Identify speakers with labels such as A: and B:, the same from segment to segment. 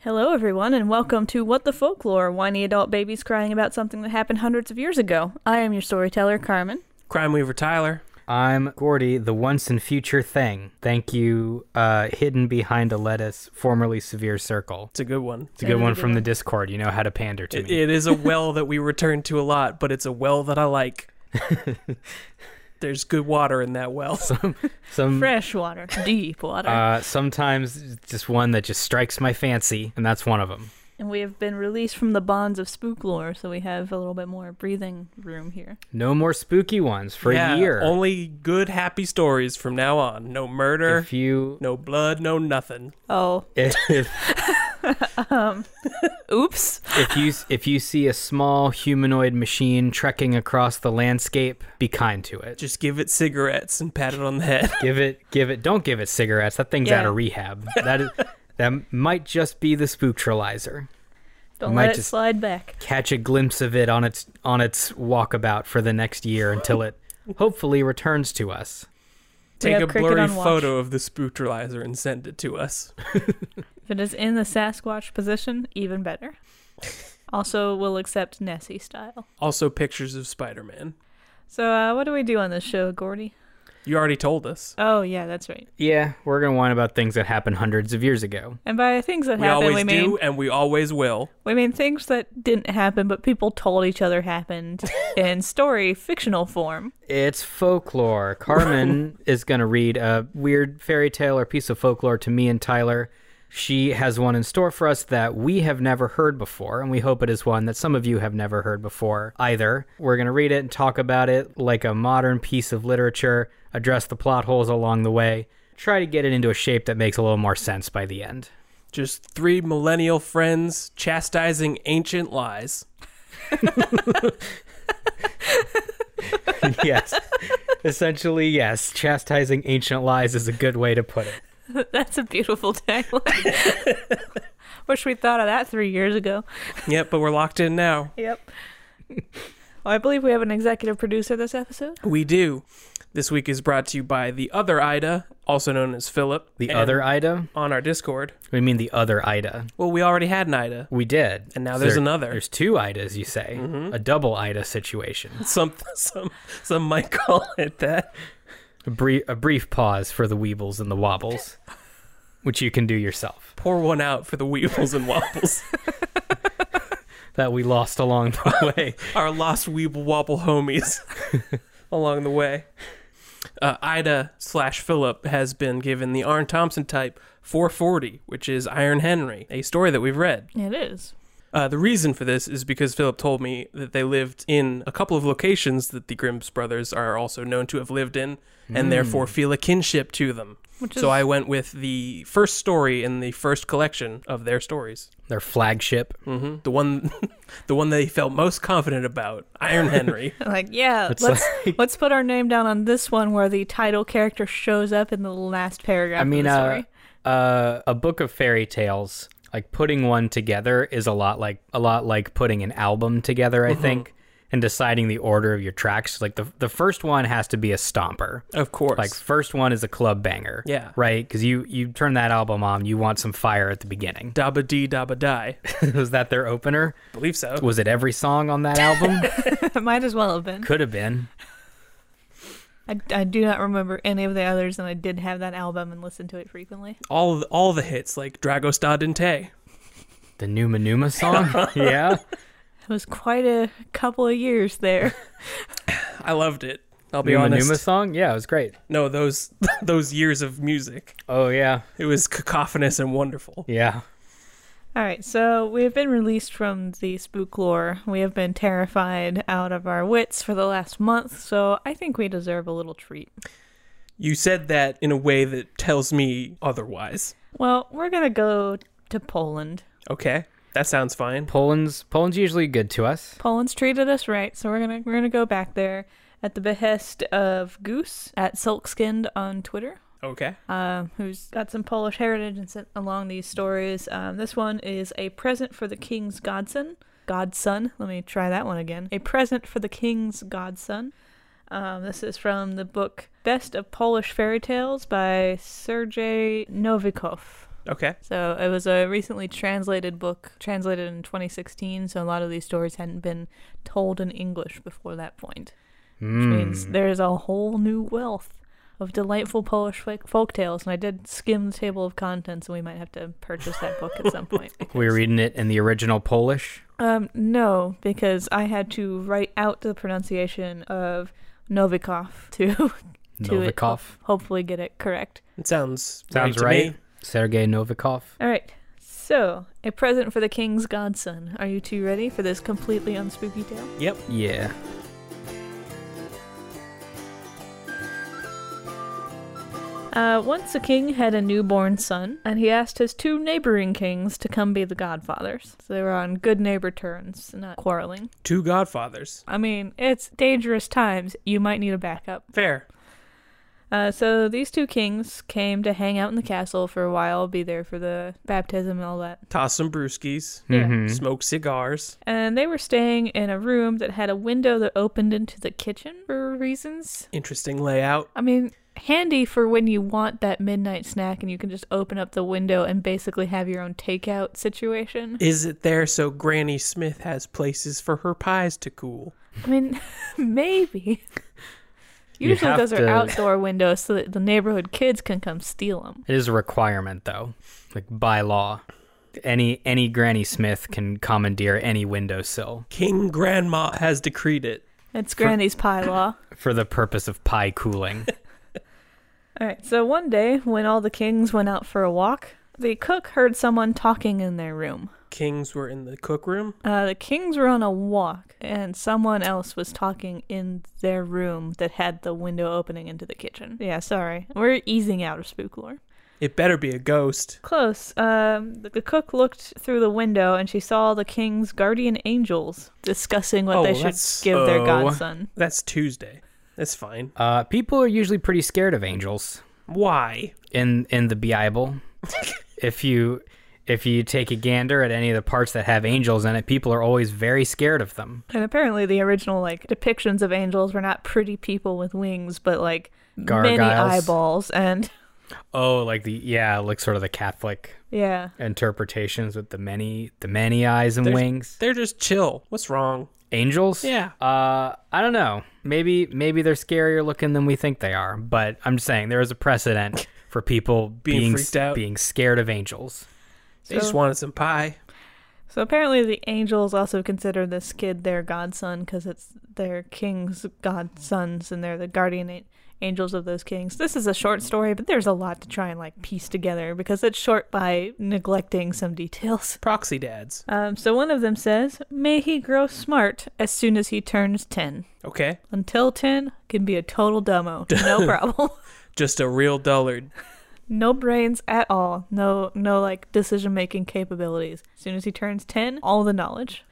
A: Hello, everyone, and welcome to What the Folklore Whiny Adult Babies Crying About Something That Happened Hundreds of Years Ago. I am your storyteller, Carmen.
B: Crime Weaver Tyler.
C: I'm Gordy, the once and future thing. Thank you, uh, hidden behind a lettuce, formerly severe circle.
B: It's a good one.
C: It's a good one from the Discord. You know how to pander to
B: It,
C: me.
B: it is a well that we return to a lot, but it's a well that I like. There's good water in that well.
C: Some
A: Fresh water, deep water.
C: uh, sometimes just one that just strikes my fancy, and that's one of them.
A: and we have been released from the bonds of spook lore, so we have a little bit more breathing room here.
C: No more spooky ones for
B: yeah,
C: a year.
B: Only good, happy stories from now on. No murder,
C: if you,
B: no blood, no nothing.
A: Oh,
C: if, if
A: oops.
C: if you if you see a small humanoid machine trekking across the landscape, be kind to it.
B: Just give it cigarettes and pat it on the head.
C: give it give it don't give it cigarettes that thing's
A: Yeah.
C: out of rehab that is that might just be the spooktralizer
A: Don't
C: Might
A: let it
C: just-
A: slide back.
C: catch a glimpse of it on its on its walkabout for the next year until it hopefully returns to us
B: Take
A: have
B: a
A: Cricket
B: blurry
A: on watch.
B: photo of the spooktralizer and send it to us.
A: If it is in the Sasquatch position, even better. Also, we'll accept Nessie style.
B: Also, pictures of Spider Man.
A: So, uh, what do we do on this show, Gordy?
B: You already told us.
A: Oh, yeah, that's right.
C: yeah we're gonna whine about things that happened hundreds of years ago
A: And by things that
B: We
A: happen,
B: always
A: we mean
B: do, and we always will.
A: We mean things that didn't happen, but people told each other happened in story fictional form.
C: it's folklore carmen is gonna read a weird fairy tale or piece of folklore to me and tyler she has one in store for us that we have never heard before, and we hope it is one that some of you have never heard before either. We're going to read it and talk about it like a modern piece of literature, address the plot holes along the way, try to get it into a shape that makes a little more sense by the end.
B: Just three millennial friends chastising ancient lies.
C: yes. Essentially, yes. Chastising ancient lies is a good way to put it.
A: That's a beautiful tagline. Wish we thought of that three years ago.
B: Yep, but we're locked in now.
A: Yep. Well, I believe we have an executive producer this episode.
B: We do. This week is brought to you by the other Ida, also known as Philip.
C: The
B: and
C: other Ida?
B: on our Discord.
C: We mean the other Ida.
B: Well, we already had an Ida.
C: We did.
B: And now there's another.
C: There's Mm-hmm. two Idas, you say. A double Ida situation.
B: Some some some might call it that.
C: A brief, a brief pause for the weebles and the wobbles, which you can do yourself.
B: Pour one out for the Weebles and Wobbles.
C: That we lost along the way.
B: our lost Weeble Wobble homies along the way. Uh, Ida slash Philip has been given the Arn Thompson type 440, which is Iron Henry, a story that we've read.
A: It is.
B: Uh, the reason for this is because Philip told me that they lived in a couple of locations that the Grimm's brothers are also known to have lived in, and therefore feel a kinship to them.
A: Which
B: so
A: is-
B: I went with the first story in the first collection of their stories,
C: Their flagship.
B: hmm the one, the one they felt most confident about, Iron Henry.
A: Like, yeah,
C: It's
A: let's let's put our name down on this one where the title character shows up in the last paragraph.
C: I mean,
A: of the
C: uh,
A: story.
C: uh, a book of fairy tales. Like putting one together is a lot like a lot like putting an album together. I think, and deciding the order of your tracks. Like the the first one has to be a stomper.
B: Of course.
C: Like first one is a club banger.
B: Yeah.
C: right. Because you you turn that album on, you want some fire at the beginning.
B: Dabba Dee Dabba Die. I
C: Was that their opener?
B: believe so.
C: Was it every song on that album?
A: might as well have been.
C: Could have been.
A: I, I do not remember any of the others, and I did have that album and listened to it frequently.
B: All the, all the hits like Dragostad and Tay.
C: The Numa Numa song? yeah.
A: It was quite a couple of years there.
B: I loved it. I'll be
C: Numa
B: honest.
C: Numa song? Yeah, it was great.
B: No, those those years of music.
C: Oh, yeah.
B: It was cacophonous and wonderful.
C: Yeah.
A: All right, so we have been released from the spook lore. We have been terrified out of our wits for the last month, so I think we deserve a little treat.
B: You said that in a way that tells me otherwise.
A: Well, we're gonna go to Poland.
B: Okay, that sounds fine.
C: Poland's Poland's usually good to us.
A: Poland's treated us right, so we're gonna we're gonna go back there at the behest of Goose at Silkskinned on Twitter,
B: Okay.
A: uh, who's got some Polish heritage and sent along these stories. Um, this one is a present for the king's godson, godson. Let me try that one again. A present for the king's godson. Um, this is from the book Best of Polish Fairy Tales by Sergei Novikov.
B: Okay.
A: So it was a recently translated book, translated in 2016. So a lot of these stories hadn't been told in English before that point,
C: Hmm.
A: which means there's a whole new wealth of delightful Polish folk folktales. And I did skim the table of contents, and we might have to purchase that book at some point.
C: We're reading it in the original Polish.
A: Um, no, because I had to write out the pronunciation of Novikov to to it-
C: Novikov.
A: hopefully get it correct.
B: It sounds
C: Sounds
B: to
C: right.
B: me.
C: Sergei Novikov.
A: All right. So, a present for the king's godson. Are you two ready for this completely unspooky tale?
B: Yep.
C: Yeah.
A: Uh, once a king had a newborn son, and he asked his two neighboring kings to come be the godfathers. So they were on good neighbor terms, not quarreling.
B: Two Godfathers.
A: I mean, it's dangerous times. You might need a backup.
B: Fair.
A: Uh, so these two kings came to hang out in the castle for a while, be there for the baptism and all that.
B: Toss some brewskis.
C: Mm-hmm.
B: Smoke cigars.
A: And they were staying in a room that had a window that opened into the kitchen for reasons.
B: Interesting layout.
A: I mean, handy for when you want that midnight snack and you can just open up the window and basically have your own takeout situation.
B: Is it there so Granny Smith has places for her pies to cool?
A: I mean, maybe.
C: You
A: Usually
C: have
A: those are
C: to-
A: outdoor windows so that the neighborhood kids can come steal them.
C: It is a requirement though, like by law. Any any Granny Smith can commandeer any windowsill
B: King Grandma has decreed it.
A: It's Granny's pie law.
C: for the purpose of pie cooling.
A: All right, so one day when all the kings went out for a walk, the cook heard someone talking in their room.
B: Kings were in the cookroom.
A: Uh, the kings were on a walk, and someone else was talking in their room that had the window opening into the kitchen. Yeah, sorry. We're easing out of spook lore.
B: It better be a ghost.
A: Close. Um, the, the cook looked through the window and she saw the king's guardian angels discussing what
B: Oh,
A: they
B: well,
A: should
B: that's-
A: give their
C: oh.
A: godson.
B: That's Tuesday. That's fine.
C: Uh, people are usually pretty scared of angels
B: Why?
C: in in the Bible. if you if you take a gander at any of the parts that have angels in it, people are always very scared of them.
A: And apparently, the original like depictions of angels were not pretty people with wings, but like many
C: Gargoyles.
A: eyeballs and
C: Oh, like the yeah, like sort of the Catholic
A: yeah.
C: interpretations with the many the many eyes and
B: There's-
C: wings.
B: They're just chill. What's wrong?
C: Angels?
B: Yeah.
C: Uh I don't know. Maybe maybe they're scarier looking than we think they are, but I'm just saying there is a precedent for people
B: Being
C: being s-
B: freaked out.
C: being scared of angels.
B: They just wanted some pie.
A: So apparently, the angels also consider this kid their godson because it's their king's godsons, and they're the guardian a- angels of those kings. This is a short story, but there's a lot to try and like piece together because it's short by neglecting some details.
B: Proxy dads.
A: Um, so one of them says, "May he grow smart as soon as he turns ten.
B: Okay.
A: Until ten, can be a total dumbo, no problem."
B: Just a real dullard.
A: No brains at all. No, no like decision making capabilities. As soon as he turns ten, all the knowledge.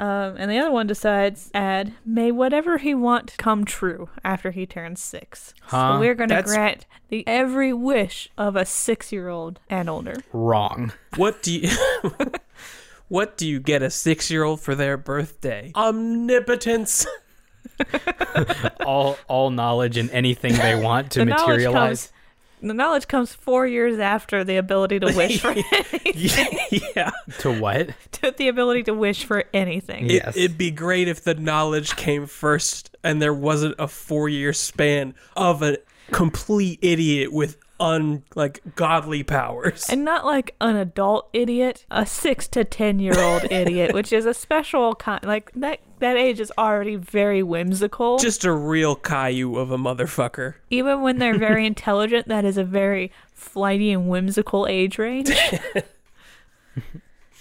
A: Um, and the other one decides, add, may whatever he want come true after he turns six.
C: Huh?
A: So we're going to
B: That's-
A: grant the every wish of a six year old and older.
C: Wrong.
B: What do you What do you get a 6-year-old for their birthday? Omnipotence.
C: all all knowledge and anything they want to
A: The knowledge
C: materialize.
A: The knowledge comes four years after the ability to wish for
B: yeah.
C: To what?
A: the ability to wish for anything.
C: Yes.
B: It, would be great if the knowledge came first and there wasn't a four year span of a complete idiot with un like godly powers.
A: And not like an adult idiot, a six to ten year old idiot, which is a special kind. Like that that age is already very whimsical.
B: just a real Caillou of a motherfucker.
A: Even when they're very intelligent, that is a very flighty and whimsical age range.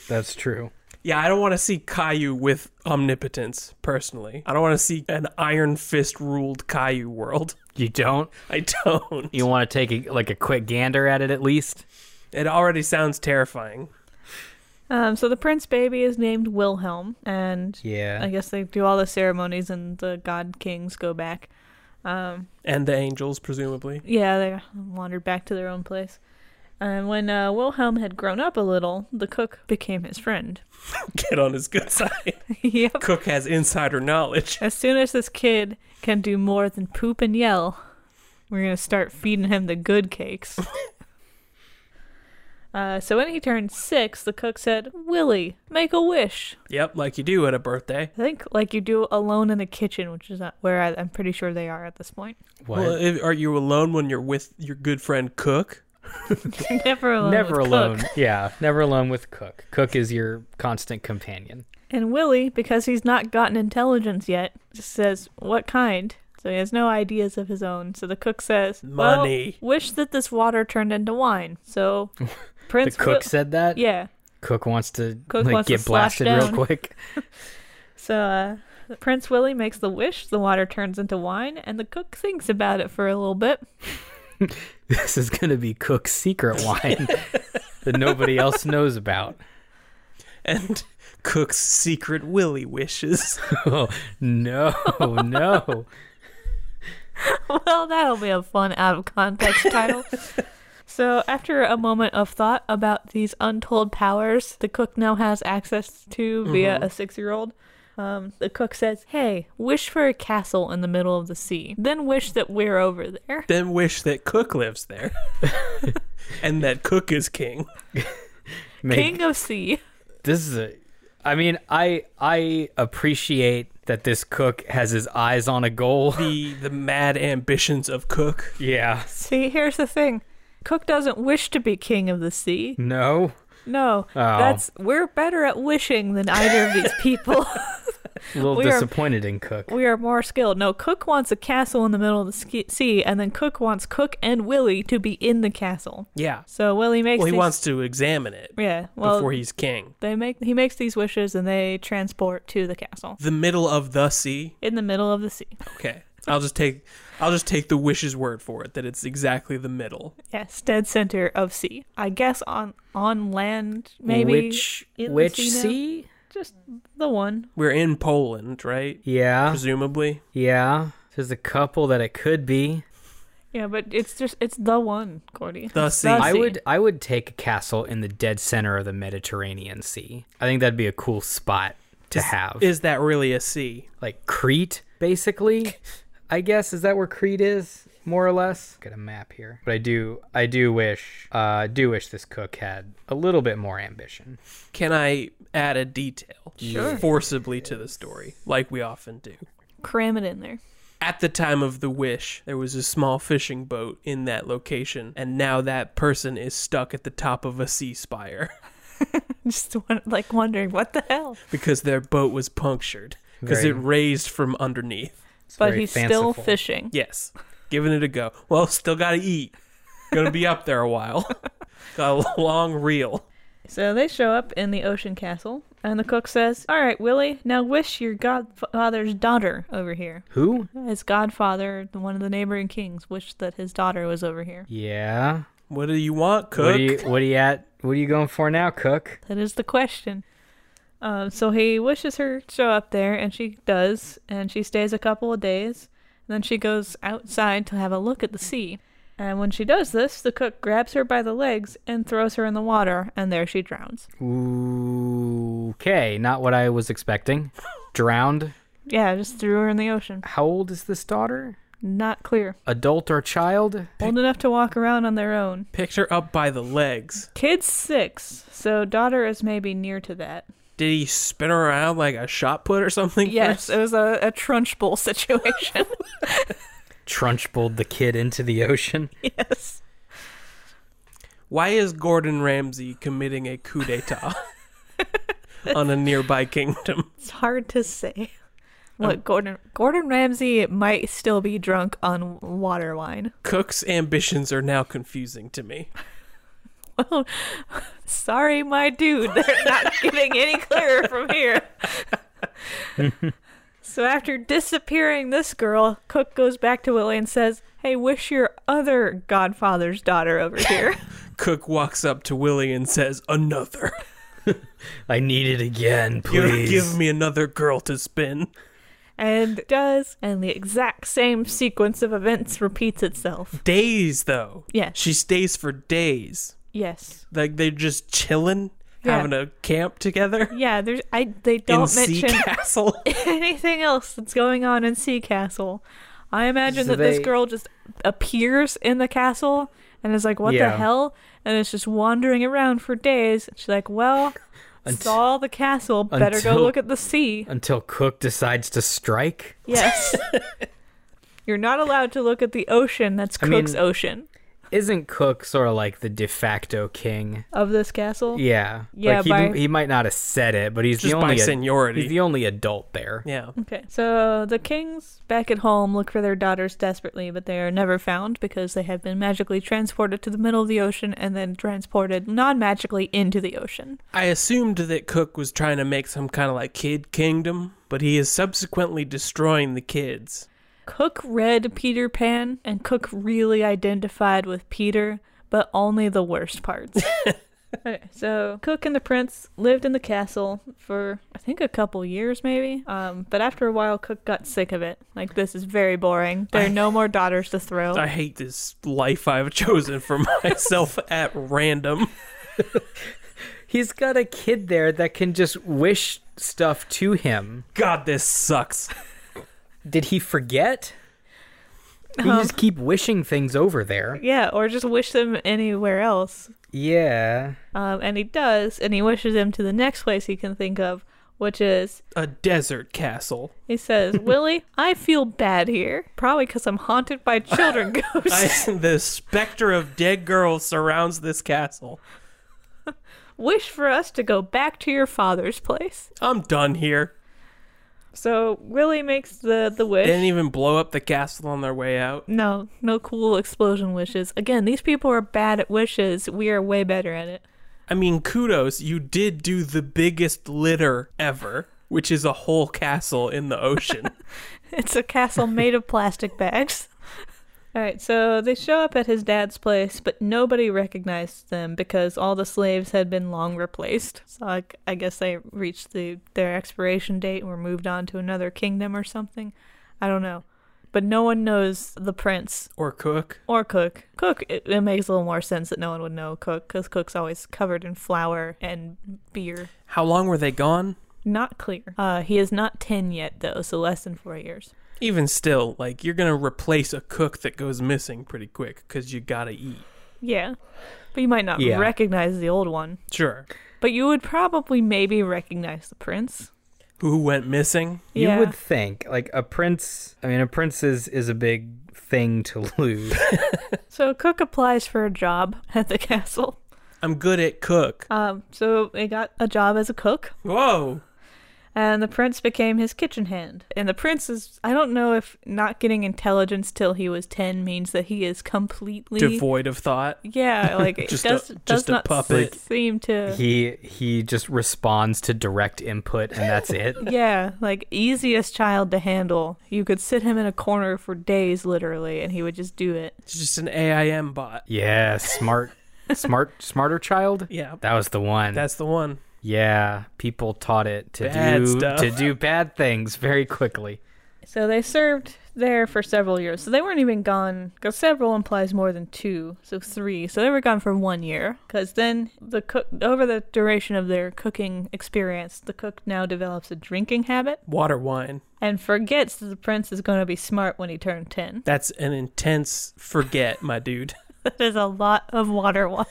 C: That's true.
B: Yeah, I don't want to see Caillou with omnipotence, personally. I don't want to see an iron fist ruled Caillou world.
C: You don't.
B: I don't.
C: You want to take a, like a quick gander at it at least.
B: It already sounds terrifying.
A: Um, so the prince baby is named Wilhelm, and
C: Yeah.
A: I guess they do all the ceremonies, and the god kings go back. Um,
B: and the angels, presumably.
A: yeah, they wandered back to their own place. And when uh, Wilhelm had grown up a little, the cook became his friend.
B: Get on his good side.
A: yep.
B: Cook has insider knowledge.
A: As soon as this kid can do more than poop and yell, we're going to start feeding him the good cakes. uh, so when he turned six, the cook said, Willie, make a wish.
B: Yep, like you do at a birthday.
A: I think like you do alone in the kitchen, which is not where I, I'm pretty sure they are at this point.
C: What?
B: Well, if, are you alone when you're with your good friend Cook?
A: never alone.
C: never
A: with
C: alone.
A: Cook.
C: Yeah, never alone with Cook. Cook is your constant companion.
A: And Willie, because he's not gotten intelligence yet, just says, What kind? So he has no ideas of his own. So the cook says, "Well,
B: Money."
A: wish that this water turned into wine. So
C: The
A: Prince Wil-
C: cook said that.
A: Yeah.
C: Cook wants to
A: Cook
C: like,
A: wants to
C: get
A: slash
C: blasted
A: down.
C: real quick.
A: So uh, Prince Willie makes the wish, the water turns into wine, and the cook thinks about it for a little bit.
C: This is gonna be Cook's secret wine that nobody else knows about.
B: And Cook's secret Willy wishes.
C: Oh no, no.
A: well, that'll be a fun out of context title. so after a moment of thought about these untold powers the cook now has access to via a six year old. Um, the cook says, Hey, wish for a castle in the middle of the sea. Then wish that we're over there.
B: then wish that Cook lives there. and that Cook is king.
C: Make,
A: King of Sea.
C: this is a I mean, I I appreciate that this cook has his eyes on a goal.
B: The the mad ambitions of Cook.
C: yeah.
A: See, here's the thing Cook doesn't wish to be king of the sea.
C: No.
A: No,
B: Oh.
A: that's we're better at wishing than either of these people.
C: A little
A: We are-
C: disappointed in Cook.
A: we are more skilled. No, Cook wants a castle in the middle of the ski- sea, and then Cook wants Cook and Willie to be in the castle.
B: Yeah.
A: So Willie makes.
B: Well, he
A: these,
B: wants to examine it
A: Yeah. Well,
B: before he's king.
A: they make he makes these wishes, and they transport to the castle
B: The middle of the sea.
A: in the middle of the sea.
B: Okay. I'll just take I'll just take the wish's word for it that it's exactly the middle.
A: Yes, dead center of sea. I guess on on land maybe.
C: which
A: in the
C: which
A: sea now?
C: sea?
A: Just the one.
B: We're in Poland, right?
C: Yeah.
B: Presumably.
C: Yeah. There's a couple that it could be.
A: Yeah, but it's just it's the one, Cordy.
B: The
A: It's
B: sea.
C: I
B: sea.
C: would I would take a castle in the dead center of the Mediterranean Sea. I think that'd be a cool spot to have.
B: Is that really a sea?
C: like Crete, basically. I guess is that where Crete is, more or less. Got a map here, but I do I do wish uh do wish this cook had a little bit more ambition.
B: Can I add a detail forcibly to the story, like we often do?
A: Cram it in there.
B: At the time of the wish, there was a small fishing boat in that location, and now that person is stuck at the top of a sea spire
A: Just won- like wondering what the hell.
B: because their boat was punctured because
C: Very-
B: it raised from underneath.
A: but
C: very
A: he's still
C: fanciful.
A: fishing.
B: Yes, giving it a go. Well, still got to eat. Gonna be up there a while. got a long reel.
A: So they show up in the ocean castle, and the cook says, "All right, Willie, now wish your godfather's daughter over here."
C: Who?
A: His godfather, one of the neighboring kings, wished that his daughter was over here.
C: Yeah.
B: What do you want, cook?
C: What are you what are you at? What are you going for now, cook?
A: That is the question. Um, so he wishes her to show up there, and she does, and she stays a couple of days. And then she goes outside to have a look at the sea. And when she does this, the cook grabs her by the legs and throws her in the water, and there she drowns.
C: Ooh, okay, not what I was expecting. Drowned.
A: Yeah, just threw her in the ocean.
C: How old is this daughter?
A: Not clear.
C: Adult or child?
A: Old enough to walk around on their own.
B: Picked her up by the legs.
A: Kid's six, so daughter is maybe near to that.
B: Did he spin her around like a shot put or something?
A: Yes, it was a, a trunch bowl situation.
C: Trunchbulled the kid into the ocean.
A: yes.
B: Why is Gordon Ramsay committing a coup d'etat on a nearby kingdom?
A: It's hard to say. What Gordon Gordon Ramsay might still be drunk on water wine.
B: Cook's ambitions are now confusing to me.
A: Well, sorry, my dude, they're not getting any clearer from here. so after disappearing this girl, Cook goes back to Willie and says, "Hey, wish your other godfather's daughter over here."
B: Cook walks up to Willie and says, Another.
C: I need it again,
B: Give,
C: please.
B: give me another girl to spin.
A: And it does. And the exact same sequence of events repeats itself.
B: Days though.
A: Yeah.
B: She stays for days.
A: Yes.
B: Like they're just chilling,
A: Yeah.
B: having a camp together
A: Yeah, there's I they
B: in
A: don't
B: Sea
A: mention
B: Castle.
A: anything else that's going on in Sea Castle. I imagine
C: So
A: that this
C: they-
A: girl just appears in the castle and is like, "What
C: Yeah.
A: the hell?" and is just wandering around for days. She's like, "Well,
C: Unt-
A: saw the castle. Better go
C: until-
A: look at the sea."
C: Until Cook decides to strike.
A: Yes. You're not allowed to look at the ocean. That's
C: mean-
A: Cook's ocean
C: Isn't Cook sort of like the de facto king?
A: of this castle.
C: Yeah.
A: Yeah,
C: Like he,
A: by-
C: he might not have said it, but he's
B: Just
C: the
B: by
C: only ad-
B: seniority.
C: He's the only adult there.
B: yeah.
A: Okay. So the kings back at home look for their daughters desperately, but they are never found because they have been magically transported to the middle of the ocean and then transported non magically into the ocean.
B: I assumed that Cook was trying to make some kind of like kid kingdom, but he is subsequently destroying the kids.
A: Cook read Peter Pan, and Cook really identified with Peter, but only the worst parts. okay, so Cook and the prince lived in the castle for I think a couple years, maybe. Um, but after a while, Cook got sick of it. Like this is very boring. There are no more daughters to throw.
B: I hate this life I've chosen for myself at random.
C: He's got a kid there that can just wish stuff to him.
B: God, this sucks.
C: Did he forget? He
A: Um,
C: just keep wishing things over there.
A: Yeah, or just wish them anywhere else.
C: Yeah.
A: Um, and he does, and he wishes him to the next place he can think of, which is
B: A desert castle.
A: he says, Willie, I feel bad here. Probably because I'm haunted by children
B: I,
A: ghosts.
B: the specter of dead girls surrounds this castle.
A: Wish for us to go back to your father's place.
B: I'm done here.
A: So Willie makes the, the wish.
B: They didn't even blow up the castle on their way out.
A: no, no cool explosion wishes. Again, these people are bad at wishes. We are way better at it.
B: I mean, kudos, you did do the biggest litter ever, which is a whole castle in the ocean.
A: It's a castle made of plastic bags. All right, so they show up at his dad's place, but nobody recognized them because all the slaves had been long replaced. So I, I guess they reached the their expiration date and were moved on to another kingdom or something. I don't know. But no one knows the prince
B: or cook.
A: or cook. Cook, it, it makes a little more sense that no one would know cook because cook's always covered in flour and beer.
B: How long were they gone?
A: Not clear. Uh, he is not 10 yet, though, so less than four years.
B: Even still, like, you're gonna replace a cook that goes missing pretty quick because you gotta eat.
A: Yeah. But you might not
C: Yeah.
A: recognize the old one.
B: Sure.
A: But you would probably maybe recognize the prince.
B: Who went missing?
A: yeah.
C: You would think like a prince. I mean, a prince is, is a big thing to lose.
A: So Cook applies for a job at the castle.
B: I'm good at cook.
A: Um, so he got a job as a cook,
B: Whoa!
A: and the prince became his kitchen hand. And the prince is, I don't know if not getting intelligence till he was 10 means that he is completely.
B: Devoid of thought.
A: yeah, like it
B: Just a-
A: does, does
B: just a
A: not
B: puppet.
A: seem to.
C: he he just responds to direct input, and that's it.
A: Yeah, like easiest child to handle. You could sit him in a corner for days, literally, and he would just do it.
B: It's just an AIM bot.
C: Yeah, smart, smart, smarter child.
B: Yeah.
C: That was the one.
B: That's the one.
C: yeah, people taught it to
B: Bad
C: do
B: stuff.
C: to do bad things very quickly.
A: So they served there for several years. So they weren't even gone, because several implies more than two, so three. So they were gone for one year, because then the cook, over the duration of their cooking experience, the cook now develops a drinking habit
B: Water wine.
A: and forgets that the prince is going to be smart when he turned 10.
B: That's an intense forget, my dude.
A: That is a lot of water wine.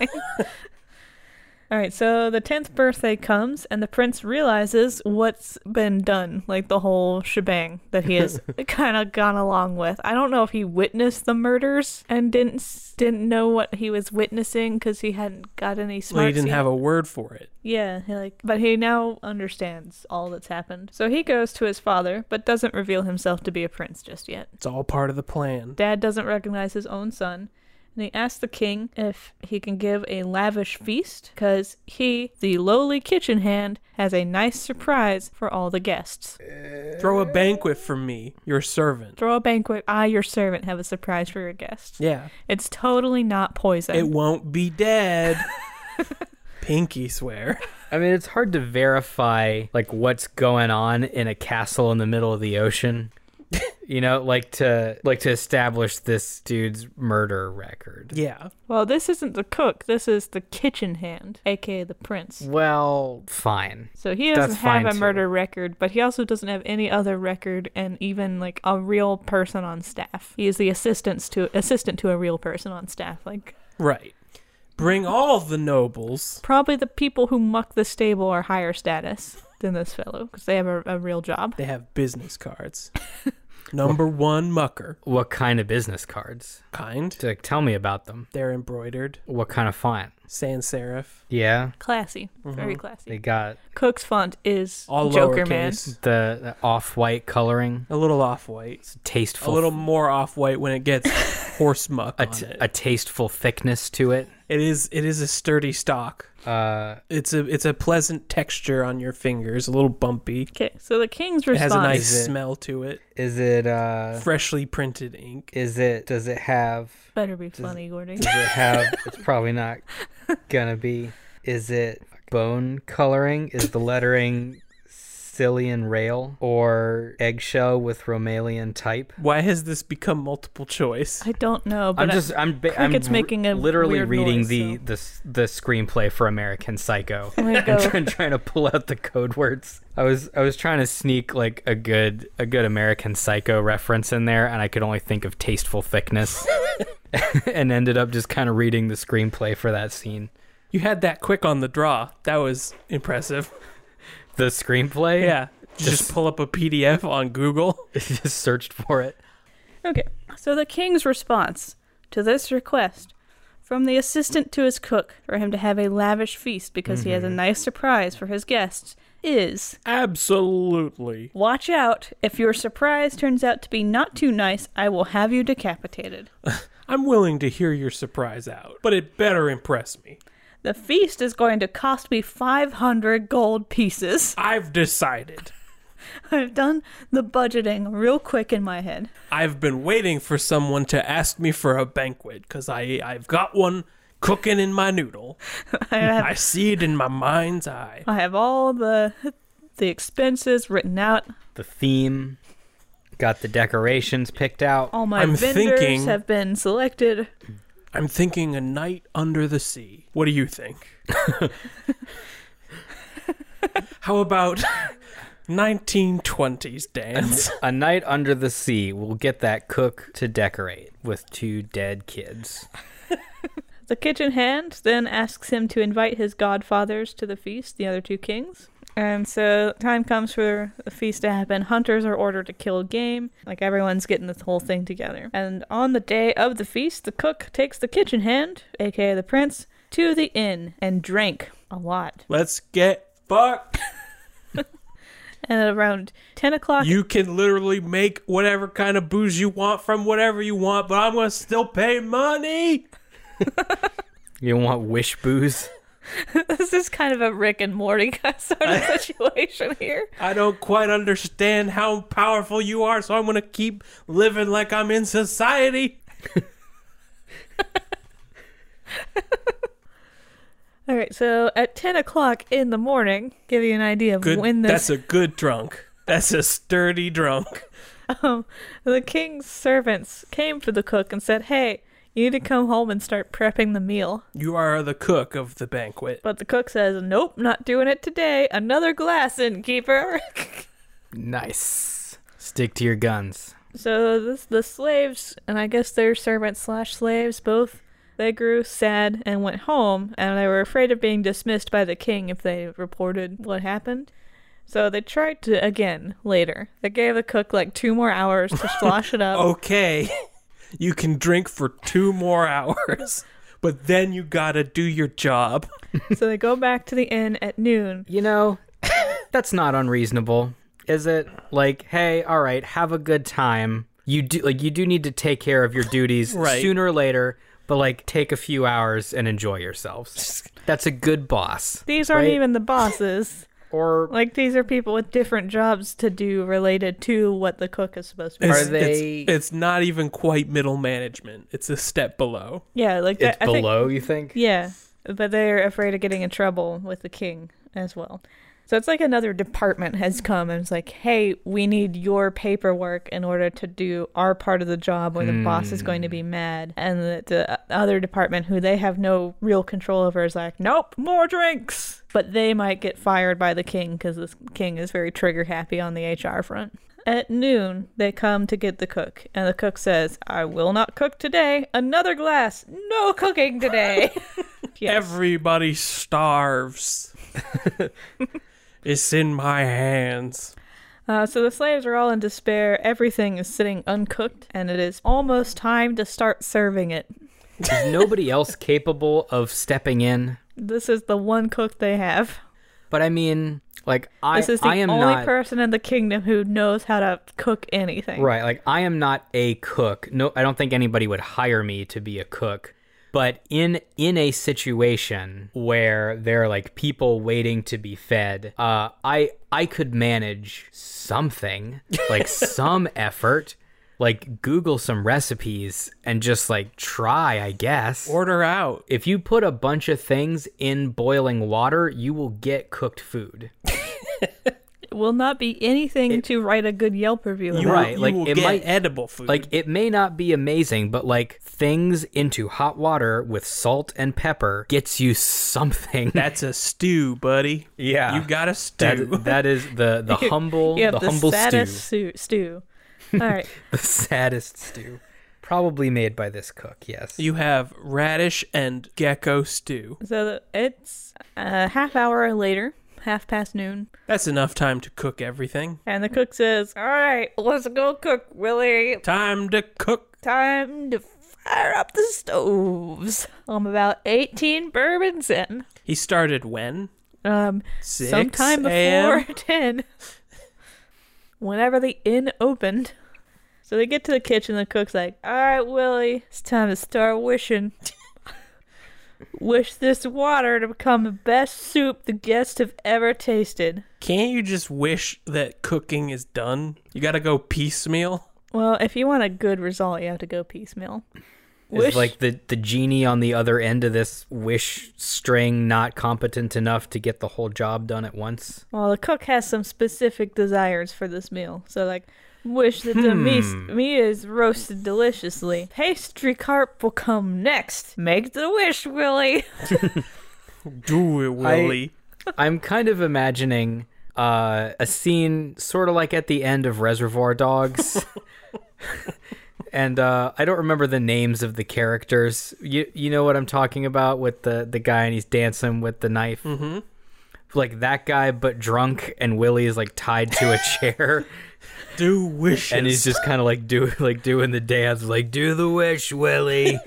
A: All right, so the 10th birthday comes, and the prince realizes what's been done, like the whole shebang that he has kind of gone along with. I don't know if he witnessed the murders and didn't s- didn't know what he was witnessing because he hadn't got any smarts.
B: Well, he didn't
A: yet.
B: have a word for it.
A: Yeah, he like, but he now understands all that's happened. So he goes to his father, but doesn't reveal himself to be a prince just yet.
B: It's all part of the plan.
A: Dad doesn't recognize his own son, and he asks the king if he can give a lavish feast because he, the lowly kitchen hand, has a nice surprise for all the guests.
B: Throw a banquet for me, your servant.
A: Throw a banquet. I, your servant, have a surprise for your guests.
B: Yeah.
A: It's totally not poison.
B: It won't be dead. Pinky swear.
C: I mean, it's hard to verify like what's going on in a castle in the middle of the ocean. You know, like to like to establish this dude's murder record.
B: Yeah.
A: Well, this isn't the cook. This is the kitchen hand, aka the prince.
C: Well, fine.
A: So he doesn't
C: That's
A: have
C: fine,
A: a
C: too.
A: murder record, but he also doesn't have any other record, and even like a real person on staff. He is the assistants to assistant to a real person on staff, like
B: Right. Bring all the nobles.
A: probably the people who muck the stable are higher status than this fellow because they have a, a real job.
B: They have business cards. Number one mucker.
C: What kind of business cards?
B: Kind.
C: To tell me about them.
B: They're embroidered.
C: What kind of font?
B: Sans serif.
C: Yeah,
A: Classy, very classy.
C: they got
A: Cook's font is
B: Mm-hmm. All
A: Joker Man.
B: lowercase.
C: the, the off-white coloring.
B: A little off white.
C: It's tasteful.
B: A little more off white when it gets horse muck
C: a,
B: on
C: t-
B: it.
C: a tasteful thickness to it.
B: It is it is a sturdy stock.
C: Uh,
B: It's a it's a pleasant texture on your fingers, a little bumpy.
A: Okay, so the king's
B: It has
A: response.
B: a nice
C: Is it-
B: smell to it.
C: is it? Uh,
B: Freshly printed ink.
C: is it? Does it have?
A: Better be funny, Gordy.
C: Does it have? it's probably not gonna be. Is it bone coloring? Is the lettering Cillian rail or eggshell with Romalian type?
B: Why has this become multiple choice?
A: I don't know, but
C: I'm
A: I-
C: just I'm ba- I'm
A: Cricket's
C: r-
A: making a
C: literally
A: weird
C: reading
A: noise,
C: the,
A: so-
C: the s- the screenplay for American Psycho
A: I'm gonna
C: and
A: go-
C: trying, trying to pull out the code words. I was I was trying to sneak like a good a good American Psycho reference in there, and I could only think of tasteful thickness, and ended up just kind of reading the screenplay for that scene.
B: You had that quick on the draw. That was impressive.
C: The screenplay,
B: Yeah. Just,
C: Just-
B: pull up a PDF on Google.
C: just searched for it.
A: Okay. So the king's response to this request from the assistant to his cook for him to have a lavish feast because he
B: Mm-hmm.
A: has a nice surprise for his guests is
B: Absolutely.
A: watch out if your surprise turns out to be not too nice i will have you decapitated
B: I'm willing to hear your surprise out, but it better impress me.
A: the feast is going to cost me 500 gold pieces
B: I've decided.
A: i've done the budgeting real quick in my head
B: I've been waiting for someone to ask me for a banquet because I I've got one cooking in my noodle.
A: i have,
B: I see it in my mind's eye.
A: I have all the the expenses written out
C: The theme, got the decorations picked out.
A: all my
B: I'm
A: vendors
B: thinking-
A: have been selected
B: I'm thinking a night under the sea. What do you think? How about 1920s dance?
C: A night under the sea will get that cook to decorate with two dead kids.
A: The kitchen hand then asks him to invite his godfathers to the feast, the other two kings. And so time comes for the feast to happen. Hunters are ordered to kill game. Like everyone's getting this whole thing together. And on the day of the feast, the cook takes the kitchen hand, aka the prince, to the inn and drank a lot.
B: Let's get fucked.
A: And at around 10 o'clock,
B: You can literally make whatever kind of booze you want from whatever you want, but I'm gonna still pay money.
C: You want wish booze?
A: this is kind of a Rick and Morty kind of sort of situation here.
B: I don't quite understand how powerful you are, so I'm gonna keep living like I'm in society.
A: All right, so at 10 o'clock in the morning, give you an idea of
B: Good.
A: when this
B: That's a good drunk. That's a sturdy drunk.
A: Um, the king's servants came to the cook and said, Hey, you need to come home and start prepping the meal.
B: You are the cook of the banquet.
A: But the cook says, Nope, not doing it today. Another glass, innkeeper.
C: Nice. Stick to your guns.
A: so this, the slaves, and I guess their servants slash slaves, both, they grew sad and went home, and they were afraid of being dismissed by the king if they reported what happened. So they tried to again later. They gave the cook like two more hours to slosh it up.
B: Oh. Okay, you can drink for two more hours, but then you gotta do your job.
A: So they go back to the inn at noon.
C: You know, that's not unreasonable, is it? Like, hey, all right, have a good time. You do like you do need to take care of your duties
B: Right.
C: sooner or later, but like take a few hours and enjoy yourselves. That's a good boss.
A: These aren't
C: Right.
A: even the bosses.
C: Or
A: Like these are people with different jobs to do related to what the cook is supposed to be.
B: It's-
C: Are they-
B: It's, it's not even quite middle management. It's a step below.
A: yeah, like that,
C: it's
A: I think-
C: below, you think?
A: yeah, but they're afraid of getting in trouble with the king as well. So it's like another department has come and it's like, hey, we need your paperwork in order to do our part of the job or the boss is going to be mad. And the, the other department who they have no real control over is like, nope, more drinks. But they might get fired by the king because this king is very trigger happy on the HR front. At noon, they come to get the cook, and the cook says, I will not cook today. Another glass. No cooking today. yes.
B: Everybody starves. it's in my hands.
A: Uh, so the slaves are all in despair. Everything is sitting uncooked, and it is almost time to start serving it.
C: Is nobody else capable of stepping in?
A: This is the one cook they have.
C: But I mean, like I,
A: This is the
C: I am
A: only
C: not
A: person in the kingdom who knows how to cook anything.
C: right. Like I am not a cook. No, I don't think anybody would hire me to be a cook. But in in a situation where there are like people waiting to be fed, uh, I I could manage something like some effort. Like Google some recipes and just like try, I guess.
B: Order out.
C: if you put a bunch of things in boiling water, you will get cooked food.
A: It will not be anything to write a good Yelp review
B: You
A: about.
B: will-
C: Right,
B: you
C: like,
B: will
C: it
B: get
C: might-
B: edible food.
C: Like it may not be amazing, but like things into hot water with salt and pepper gets you something.
B: that's a stew, buddy.
C: Yeah.
B: you got a stew.
C: that, that is the the humble
A: You have
C: the,
A: the,
C: humble
A: saddest
C: stew.
A: stew. stew. All right.
C: The saddest stew. Probably made by this cook, yes.
B: you have radish and gecko stew.
A: So the- it's a half hour later, half past noon,
B: That's enough time to cook everything.
A: and the cook says, All right, let's go cook, Willie.
B: Time to cook.
A: Time to fire up the stoves. I'm about 18 bourbons in.
B: He started when?
A: Um,
B: Six
A: sometime
B: a.m.?
A: before 10. Whenever the inn opened. So they get to the kitchen, the cook's like, All right, Willie, it's time to start wishing. Wish this water to become the best soup the guests have ever tasted.
B: Can't you just wish that cooking is done? You gotta go piecemeal.
A: Well, if you want a good result, you have to go piecemeal.
C: Is like the, the genie on the other end of this wish string not competent enough to get the whole job done at once.
A: Well, the cook has some specific desires for this meal. So, like, wish that the meat, meat is roasted deliciously. Pastry carp will come next. Make the wish, Willie.
B: Do it, Willie.
C: I'm kind of imagining uh, a scene sort of like at the end of Reservoir Dogs. and uh, I don't remember the names of the characters. You you know what I'm talking about with the, the guy and he's dancing with the knife. Mm-hmm. Like that guy, but drunk, and Willie is like tied to a chair,
B: Do wishes.
C: and he's just kind of like do like doing the dance, like do the wish, Willie.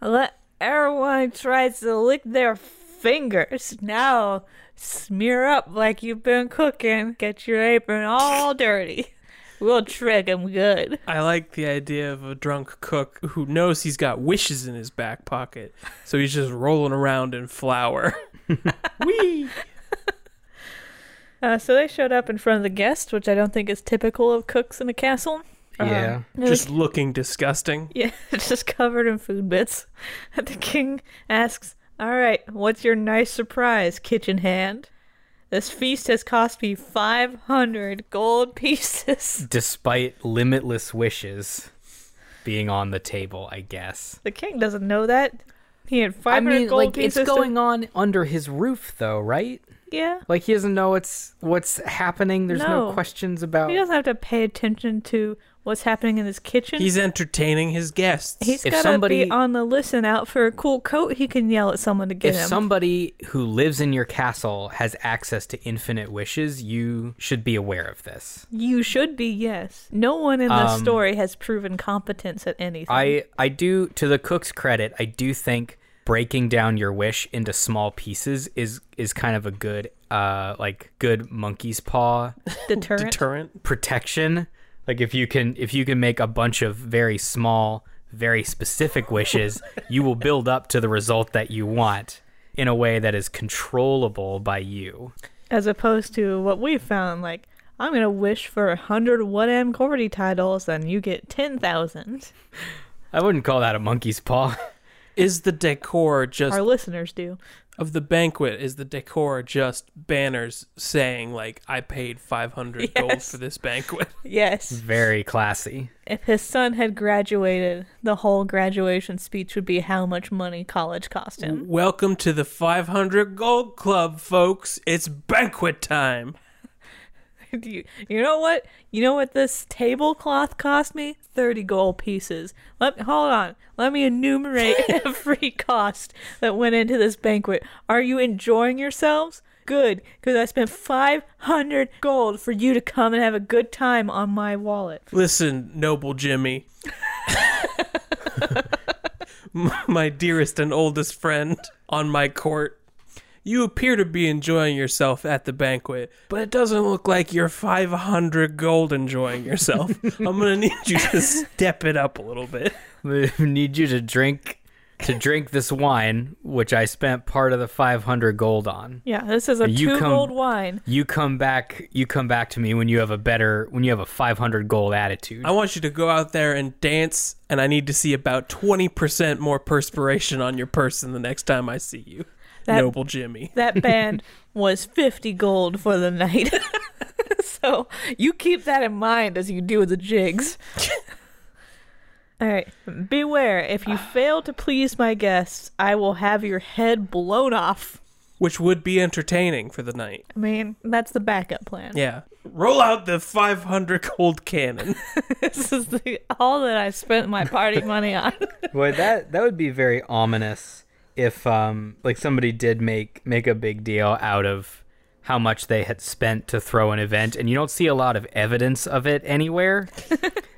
A: Let everyone tries to lick their fingers. Now, smear up like you've been cooking. Get your apron all dirty. We'll trick 'em good.
B: I like the idea of a drunk cook who knows he's got wishes in his back pocket, so he's just rolling around in flour. Wee.
A: Uh, so they showed up in front of the guest, which I don't think is typical of cooks in a castle.
C: yeah.
B: Just looking disgusting.
A: Yeah, it's just covered in food bits. And the king asks, All right, what's your nice surprise, kitchen hand? This feast has cost me 500 gold pieces.
C: despite limitless wishes being on the table, I guess.
A: The king doesn't know that. He had
C: I
A: 500
C: mean,
A: gold
C: like it's
A: pieces.
C: going on under his roof, though, right?
A: to- Yeah.
C: Like he doesn't know what's what's happening. There's no,
A: No.
C: questions about
A: He doesn't have to pay attention to what's happening in his kitchen.
B: He's entertaining his guests.
A: He's
C: If
A: gotta
C: somebody-
A: be on the listen out for a cool coat he can yell at someone to get
C: if
A: him.
C: somebody who lives in your castle has access to infinite wishes, you should be aware of this.
A: You should be, yes. No one in the story has proven competence at anything.
C: Um, I I do to the cook's credit, I do think breaking down your wish into small pieces is is kind of a good uh like good monkey's paw
A: Deterrent.
B: deterrent.
C: protection like if you can if you can make a bunch of very small very specific wishes you will build up to the result that you want in a way that is controllable by you
A: as opposed to what we found like i'm gonna wish for a hundred what am cordy titles and you get ten thousand
C: i wouldn't call that a monkey's paw
B: Is the decor just
A: Our listeners do.
B: of the banquet? Is the decor just banners saying like I paid five hundred gold
A: Yes.
B: for this banquet?
A: Yes.
C: Very classy.
A: If his son had graduated, the whole graduation speech would be how much money college cost him.
B: Welcome to the five hundred gold club, folks. It's banquet time.
A: Do you, you know what? You know what this tablecloth cost me? 30 gold pieces. Let hold on. Let me enumerate every cost that went into this banquet. Are you enjoying yourselves? Good, because I spent 500 gold for you to come and have a good time on my wallet.
B: Listen, noble Jimmy. M- my dearest and oldest friend on my court. You appear to be enjoying yourself at the banquet, but it doesn't look like you're 500 gold enjoying yourself. I'm going to need you to step it up a little bit.
C: We need you to drink to drink this wine, which I spent part of the five hundred gold on.
A: Yeah, this is a
C: You
A: two
C: come-
A: gold wine.
C: You come back. You come back to me when you have a better when you have a five hundred gold attitude.
B: I want you to go out there and dance, and I need to see about 20% more perspiration on your person the next time I see you.
A: That-
B: Noble Jimmy.
A: That band was 50 gold for the night. so you keep that in mind as you do the jigs. All right. Beware. If you fail to please my guests, I will have your head blown off.
B: Which would be entertaining for the night.
A: I mean, that's the backup plan.
B: Yeah. Roll out the 500 gold cannon.
A: This is the, all that I spent my party money on.
C: Boy, that that would be very ominous if um like somebody did make make a big deal out of how much they had spent to throw an event and you don't see a lot of evidence of it anywhere.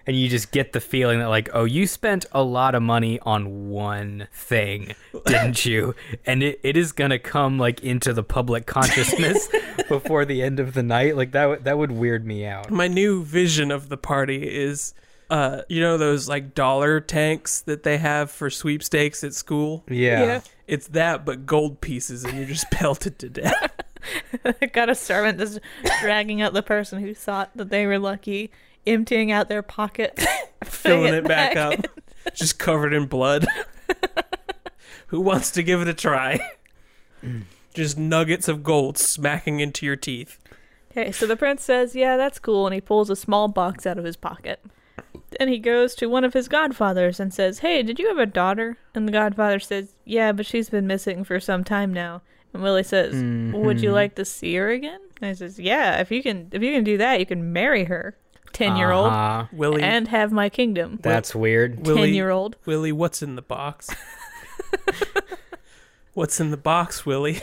C: and you just get the feeling that like, oh, you spent a lot of money on one thing, didn't you? And it, it is gonna come like into the public consciousness before the end of the night. Like that would that would weird me out.
B: My new vision of the party is uh you know those like dollar tanks that they have for sweepstakes at school?
C: Yeah.
B: It's that but gold pieces and you're just pelted to death.
A: I got a servant just dragging out the person who thought that they were lucky, emptying out their pockets,
B: filling it back, up. just covered in blood. Who wants to give it a try? Just nuggets of gold smacking into your teeth.
A: Okay, so the prince says, Yeah, that's cool, and he pulls a small box out of his pocket. Then he goes to one of his godfathers and says, Hey, did you have a daughter? And the godfather says, Yeah, but she's been missing for some time now. And Willie says, Would
B: Mm-hmm.
A: you like to see her again? And he says, Yeah, if you can if you can do that, you can marry her. Ten year old
C: Uh,
B: Uh-huh. Willie
A: and have my kingdom.
C: that's weird.
B: Willie-
A: 10-year-old.
B: Willie, what's in the box? what's in the box, Willie?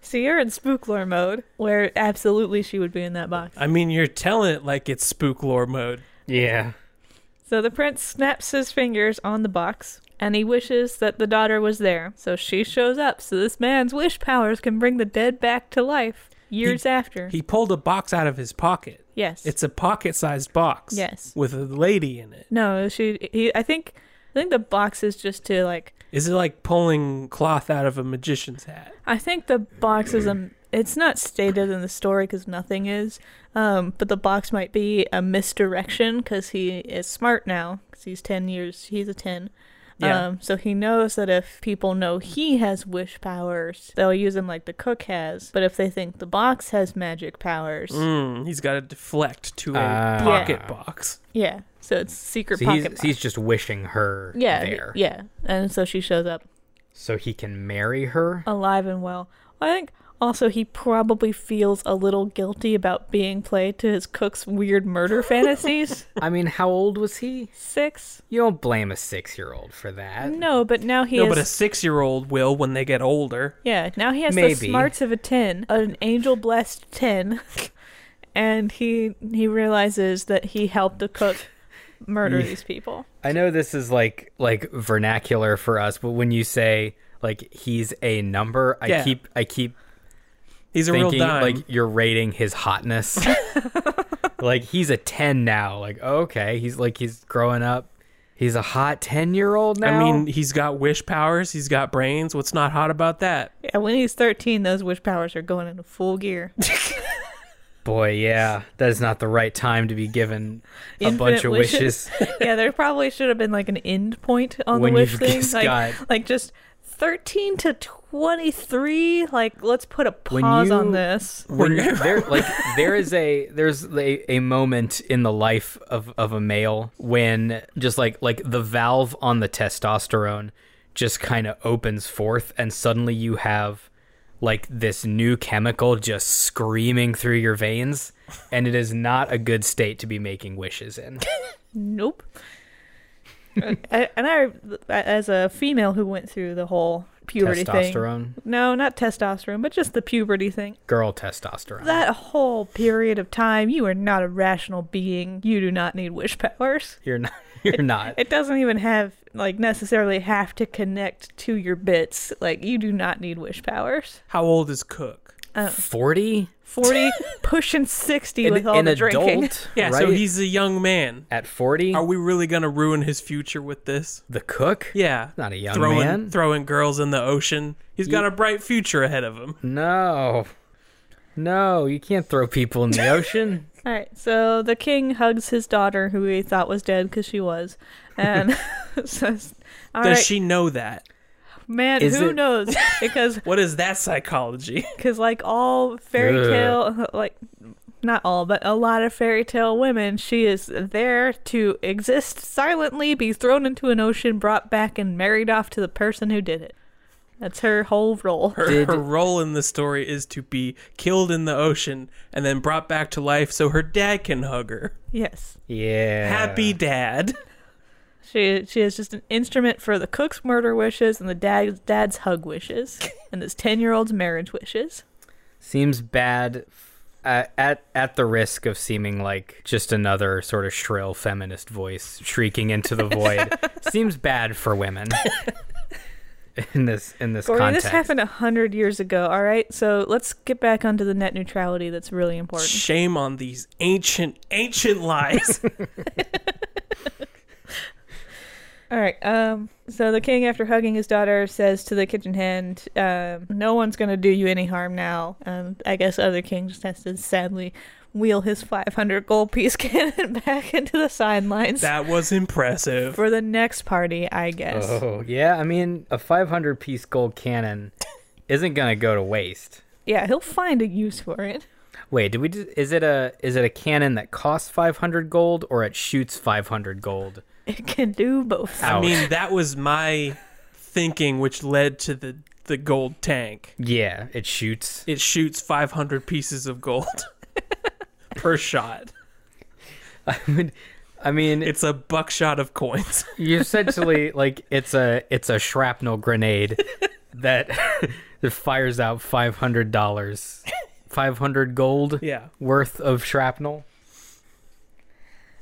A: See, you're in spook lore mode, where absolutely she would be in that box.
B: I mean, you're telling it like it's spook lore mode.
C: Yeah.
A: So the prince snaps his fingers on the box, and he wishes that the daughter was there. So she shows up, so this man's wish powers can bring the dead back to life years after.
B: He pulled a box out of his pocket.
A: yes.
B: It's a pocket-sized box.
A: Yes.
B: With a lady in it.
A: no, she. He. I think. I think the box is just to like.
B: Is it like pulling cloth out of a magician's hat?
A: I think the box is a. It's not stated in the story because nothing is. Um, but the box might be a misdirection because he is smart now because he's ten years. He's a ten.
B: Yeah.
A: Um, so he knows that if people know he has wish powers, they'll use him like the cook has. But if they think the box has magic powers,
B: Mm, he's got to deflect to a
C: Ah.
B: pocket
A: Yeah.
B: box.
A: yeah. So it's secret
C: So
A: pocket.
C: he's,
A: box.
C: he's just wishing her
A: yeah,
C: there.
A: yeah. And so she shows up
C: So he can marry her?
A: alive and well. I think also he probably feels a little guilty about being played to his cook's weird murder fantasies.
C: I mean, how old was he?
A: Six.
C: You don't blame a six year old for that.
A: No, but now he
B: No,
A: is.
B: but a six-year-old will when they get older.
A: Yeah, now he has the
C: Maybe.
A: smarts of a 10, an angel blessed 10. and he he realizes that he helped the cook murder these people.
C: I know this is like like vernacular for us, but when you say like he's a number, I
B: Yeah.
C: keep I keep
B: He's a
C: thinking
B: real dime.
C: like you're rating his hotness. like he's a ten now. Like okay, he's like he's growing up. He's a hot ten year old now.
B: I mean, he's got wish powers. He's got brains. What's not hot about that?
A: Yeah, when he's 13, those witch powers are going into full gear.
C: Boy, yeah, that is not the right time to be given a bunch
A: Infinite
C: of wishes.
A: yeah, there probably should have been like an end point on
C: When
A: the wish
C: you've
A: thing.
C: just
A: Like,
C: got-
A: like just thirteen to twenty-three. Like, let's put a
C: When
A: pause on
C: you-
A: this.
C: When you- there, like, there is a there's a, a moment in the life of of a male when just like like the valve on the testosterone just kind of opens forth, and suddenly you have like this new chemical just screaming through your veins, and it is not a good state to be making wishes in.
A: Nope. I, and I, as a female who went through the whole puberty thing.
C: testosterone,
A: No, not testosterone, but just the puberty thing.
C: girl testosterone.
A: That whole period of time, you are not a rational being. You do not need wish powers.
C: you're not. You're not.
A: It doesn't even have like necessarily have to connect to your bits. Like you do not need wish powers.
B: How old is Cook?
C: 40
A: Forty pushing sixty
C: an,
A: with all
C: an
A: the
C: adult
A: drinking.
B: Yeah,
C: right
B: so he's a young man.
C: at 40
B: Are we really gonna ruin his future with this?
C: the cook
B: Yeah,
C: Not a young
B: throwing,
C: man.
B: Throwing girls in the ocean. He's got a bright future ahead of him.
C: no no you can't throw people in the ocean
A: All right, so the king hugs his daughter, who he thought was dead because she was, and says, "All
B: Does
A: right,
B: she know that?
A: man,
C: Is
A: who
C: it-
A: knows? Because
B: What is that psychology?
A: because like all fairy
C: Ugh.
A: tale like." Not all, but a lot of fairy tale women, she is there to exist silently, be thrown into an ocean, brought back, and married off to the person who did it. That's her whole role.
B: Her,
C: Did-
B: her role in the story is to be killed in the ocean and then brought back to life so her dad can hug her.
A: Yes.
C: yeah
B: Happy dad.
A: She she is just an instrument for the cook's murder wishes and the dad's dad's hug wishes and this ten year old's marriage wishes.
C: seems bad uh, at at the risk of seeming like just another sort of shrill feminist voice shrieking into the void seems bad for women in this in this
A: Gory, this
C: context
A: happened a hundred years ago. All right, so let's get back onto the net neutrality. That's really important.
B: Shame on these ancient, ancient lies.
A: All right. Um. So the king, after hugging his daughter, says to the kitchen hand, um, "No one's gonna do you any harm now." Um. I guess other king just has to sadly wheel his five hundred gold piece cannon back into the sidelines
B: that was impressive.
A: for the next party. I guess.
C: oh yeah i mean a 500 piece gold cannon isn't gonna go to waste
A: Yeah, he'll find a use for it.
C: Wait, did we? Just, is it a is it a cannon that costs five hundred gold or it shoots five hundred gold?
A: It can do both.
B: I mean, that was my thinking, which led to the, the gold tank.
C: Yeah, it shoots.
B: It shoots 500 pieces of gold per shot.
C: I mean,
B: It's a buckshot of coins.
C: you essentially like it's a it's a shrapnel grenade that that fires out five hundred dollars, five hundred gold
B: Yeah.
C: worth of shrapnel.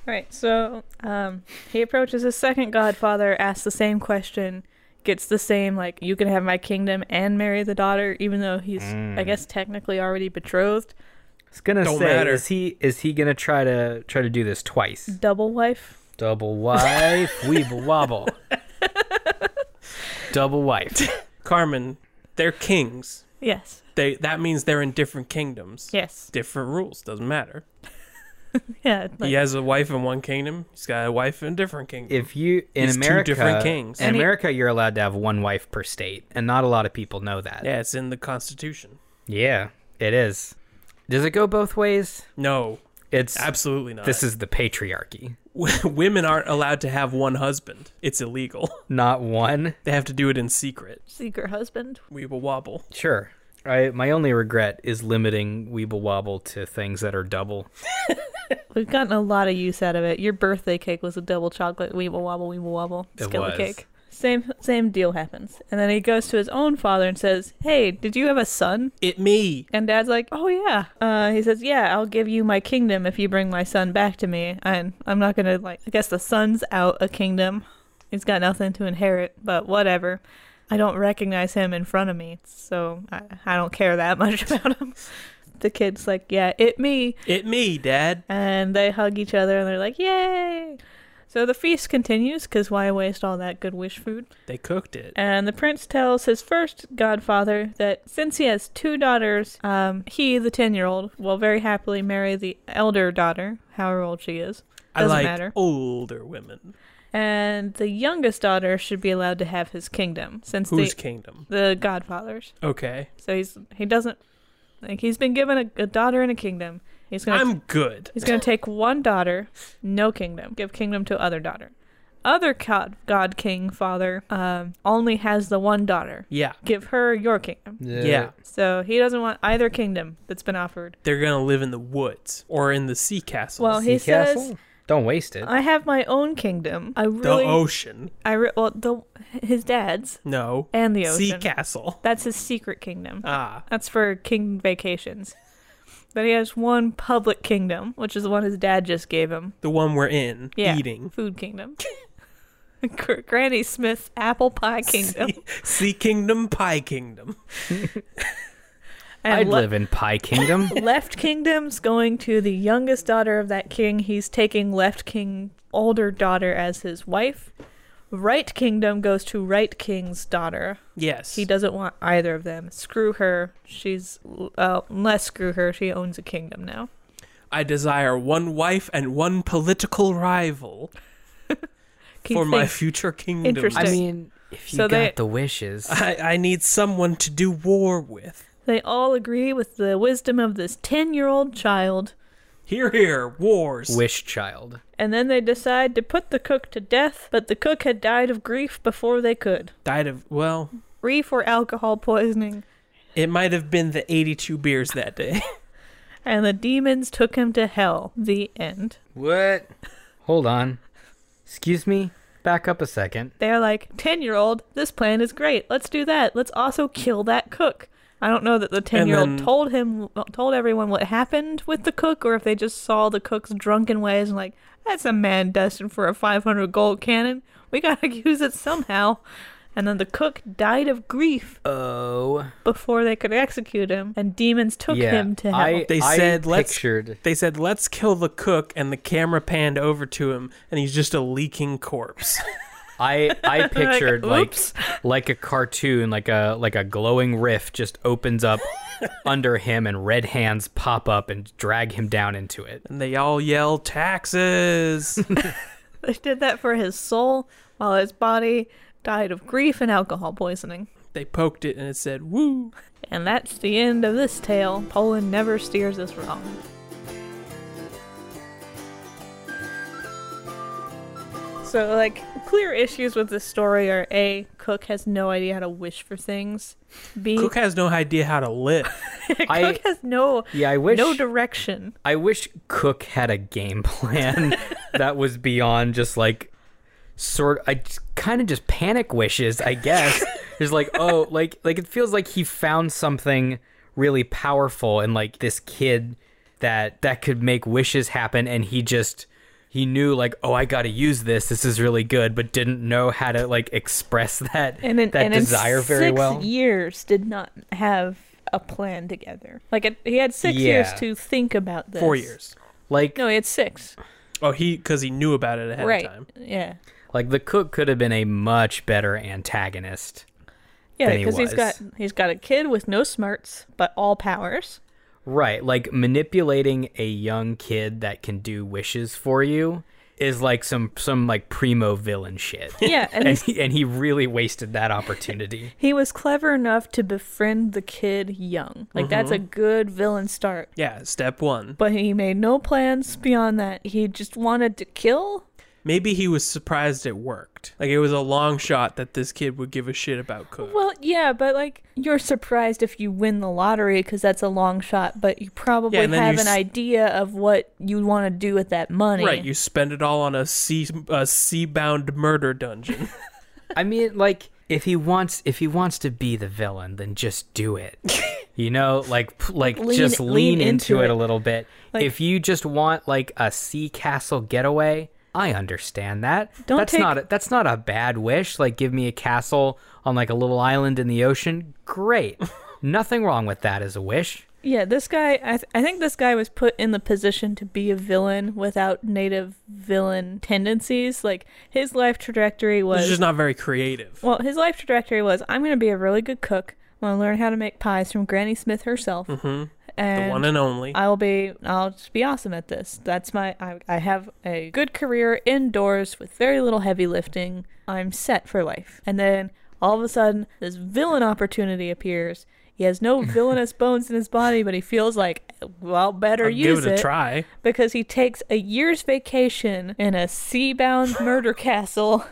A: Right, so um, he approaches his second godfather, asks the same question, gets the same, like, you can have my kingdom and marry the daughter, even though he's, I guess, technically already betrothed.
C: It's gonna
B: Don't
C: say
B: matter.
C: is he is he gonna try to try to do this twice?
A: Double wife.
C: Double wife, weeble wobble. Double wife.
B: Carmen, they're kings.
A: Yes,
B: They that means they're in different kingdoms.
A: yes.
B: Different rules, doesn't matter.
A: Yeah, like,
B: he has a wife in one kingdom, he's got a wife in a different kingdom.
C: if you in
B: He's two
C: America,
B: different kings.
C: In
A: And he-
C: America, you're allowed to have one wife per state, and not a lot of people know that.
B: yeah, it's in the constitution.
C: Yeah, it is. Does it go both ways?
B: No,
C: It's
B: absolutely not.
C: this is the patriarchy,
B: women aren't allowed to have one husband. It's illegal.
C: not one.
B: They have to do it in secret.
A: secret husband.
B: Weeble wobble.
C: Sure. I my only regret is limiting Weeble Wobble to things that are double.
A: We've gotten a lot of use out of it. Your birthday cake was a double chocolate weeble wobble weeble wobble
C: It was.
A: skillet cake. Same same deal happens. And then he goes to his own father and says, "Hey, did you have a son?"
B: It me.
A: And dad's like, "Oh yeah." Uh, he says, "Yeah, I'll give you my kingdom if you bring my son back to me." And I'm not gonna like. I guess the son's out a kingdom. He's got nothing to inherit, but whatever. I don't recognize him in front of me, so I, I don't care that much about him. the kid's like, "Yeah, it me,"
B: It me, dad.
A: and they hug each other and they're like, "Yay!" So the feast continues, because why waste all that good wish food?
B: They cooked it.
A: And the prince tells his first godfather that since he has two daughters, um, he, the 10 year old, will very happily marry the elder daughter, however old she is.
B: I
A: Doesn't
B: like
A: matter.
B: older women.
A: And the youngest daughter should be allowed to have his kingdom, since
B: Whose
A: the,
B: kingdom?
A: the godfathers.
B: Okay.
A: So he's he doesn't like he's been given a, a daughter and a kingdom. He's gonna
B: I'm good.
A: he's gonna take one daughter, no kingdom, give kingdom to other daughter. Other god, god king father um, only has the one daughter.
B: Yeah.
A: Give her your kingdom.
C: Uh,
B: Yeah.
A: So he doesn't want either kingdom that's been offered.
B: They're going to live in the woods or in the sea castles.
A: Well, he
C: Castle?
A: says,
C: Don't waste it.
A: "I have my own kingdom. I
B: the
A: really,
B: ocean.
A: I re- well, the his dad's
B: No.
A: and the ocean.
B: sea castle.
A: That's his secret kingdom.
B: Ah.
A: That's for king vacations. But he has one public kingdom, which is the one his dad just gave him.
B: The one we're in.
A: Yeah,
B: Eating.
A: food kingdom. Gr- Granny Smith's apple pie kingdom.
B: sea Kingdom, Pie Kingdom.
A: And
C: I'd
A: le-
C: live in Pie Kingdom.
A: Left Kingdom's going to the youngest daughter of that king. He's taking Left King older daughter as his wife. Right Kingdom goes to Right King's daughter.
B: Yes.
A: He doesn't want either of them. Screw her. She's uh, less screw her. She owns a kingdom now.
B: I desire one wife and one political rival
A: Keep
B: for my
A: things-
B: future kingdom.
A: Interesting.
C: I mean, if you
A: So
C: got
A: they-
C: the wishes,
B: I, I need someone to do war with.
A: They all agree with the wisdom of this 10 year old child,
B: Here, here, wars.
C: wish child.
A: and then they decide to put the cook to death, but the cook had died of grief before they could.
B: Died of, well,
A: Grief or alcohol poisoning,
B: it might have been the 82 beers that day.
A: and the demons took him to hell. The end.
C: What? Hold on. Excuse me. Back up a second.
A: They're like, 10 year old, this plan is great. Let's do that. Let's also kill that cook. I don't know that the 10 year
B: then-
A: old told him, told everyone what happened with the cook, or if they just saw the cook's drunken ways and, like, that's a man destined for a 500 gold cannon. We gotta use it somehow. And then the cook died of grief
C: Oh,
A: before they could execute him, and demons took
C: yeah.
A: him to hell.
C: I,
B: They
C: I
B: said, "Let's-"
C: pictured.
B: They said, let's kill the cook, and the camera panned over to him, and he's just a leaking corpse.
C: I I pictured like
A: oops.
C: like, a cartoon, like a like a glowing rift just opens up under him, and red hands pop up and drag him down into it.
B: and they all yell, taxes.
A: They did that for his soul, while his body died of grief and alcohol poisoning.
B: they poked it, and it said, woo.
A: And that's the end of this tale. Poland never steers us wrong. So, like, clear issues with this story are A, Cook has no idea how to wish for things. B,
B: Cook
A: Cook,
B: has no idea how to live.
C: I-
A: has no,
C: Yeah, I wish
A: no direction.
C: I wish Cook had a game plan that was beyond just like sort. I kind of just panic wishes, I guess. There's like, oh, like like it feels like he found something really powerful in like this kid that that could make wishes happen, and he just he knew like, oh, I got to use this. This is really good, but didn't know how to like express that
A: And in,
C: that
A: and in
C: desire very
A: six
C: well.
A: years did not have a plan together. Like, it, he had six years
C: Yeah.
A: to think about this.
B: Four years.
C: like
A: No, he had six.
B: Oh, he, because he knew about it ahead
A: right.
B: of time.
A: Yeah.
C: like the cook could have been a much better antagonist.
A: Yeah,
C: than he
A: because he has
C: was.
A: got he's got a kid with no smarts but all powers.
C: Right, like manipulating a young kid that can do wishes for you is like some some like primo villain shit.
A: Yeah, and
C: and
A: he's,
C: he, and he really wasted that opportunity.
A: he was clever enough to befriend the kid young. Like that's
B: Mm-hmm.
A: a good villain start.
B: Yeah, step one.
A: But he made no plans beyond that. He just wanted to kill.
B: Maybe he was surprised it worked. Like, it was a long shot that this kid would give a shit about Cook.
A: Well, yeah, but like you're surprised if you win the lottery because that's a long shot. But you probably
B: Yeah, and then
A: have
B: you
A: an
B: s-
A: idea of what you want to do with that money.
B: Right, you spend it all on a sea a sea-bound murder dungeon.
C: I mean, like if he wants if he wants to be the villain, then just do it. You know, like p- like
A: Lean-
C: just lean,
A: lean
C: into,
A: into
C: it.
A: it.
C: a little bit.
A: Like-
C: if you just want like a sea castle getaway, I understand that.
A: Don't
C: that's
A: take-
C: not a, that's not a bad wish. Like give me a castle on like a little island in the ocean. Great. Nothing wrong with that as a wish.
A: Yeah, this guy. I, th- I think this guy was put in the position to be a villain without native villain tendencies. Like his life trajectory
B: It's
A: was
B: just not very creative.
A: well, his life trajectory was I'm going to be a really good cook. I'm going to learn how to make pies from Granny Smith herself,
B: Mhm.
A: and
B: the one and only.
A: I will be. I'll just be awesome at this. That's my. I, I have a good career indoors with very little heavy lifting. I'm set for life. And then all of a sudden, this villain opportunity appears. He has no villainous bones in his body, but he feels like, well, better
B: I'll
A: use
B: give it a try.
A: because he takes a year's vacation in a sea-bound murder castle,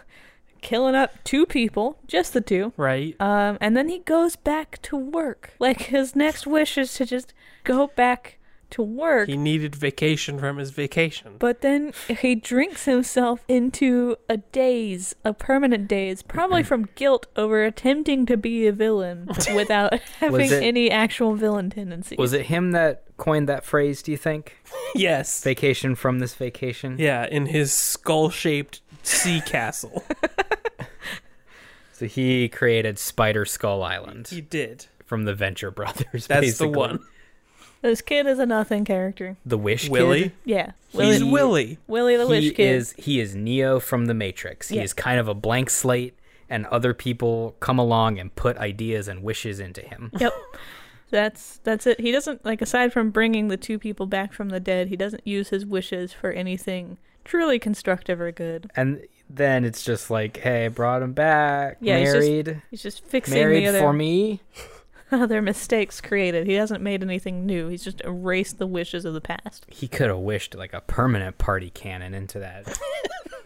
A: killing up two people, just the two.
B: Right?
A: Um, and then he goes back to work. Like his next wish is to just go back to work.
B: he needed vacation from his vacation.
A: but then he drinks himself into a daze, a permanent daze, probably from guilt over attempting to be a villain without having
C: it-
A: any actual villain tendencies.
C: Was it him that coined that phrase, do you think?
B: yes.
C: Vacation from this vacation?
B: yeah, in his skull shaped sea castle.
C: So he created Spider Skull Island
B: He did.
C: from the Venture Brothers.
B: That's
C: basically.
B: the one.
A: This kid is a nothing character.
C: The Wish
B: Willy.
C: Kid.
A: Yeah,
B: He's Willy.
A: Willy, Willy the
C: he
A: Wish Kid.
C: is he is Neo from the Matrix. He
A: Yeah.
C: is kind of a blank slate, and other people come along and put ideas and wishes into him.
A: Yep. That's that's it. He doesn't like aside from bringing the two people back from the dead, he doesn't use his wishes for anything truly constructive or good.
C: And then it's just like, hey, I brought him back,
A: Yeah, he's just
C: married,
A: He's just fixing
C: married
A: the other
C: for me.
A: other mistakes created. He hasn't made anything new. He's just erased the wishes of the past.
C: He could have wished like a permanent party cannon into that,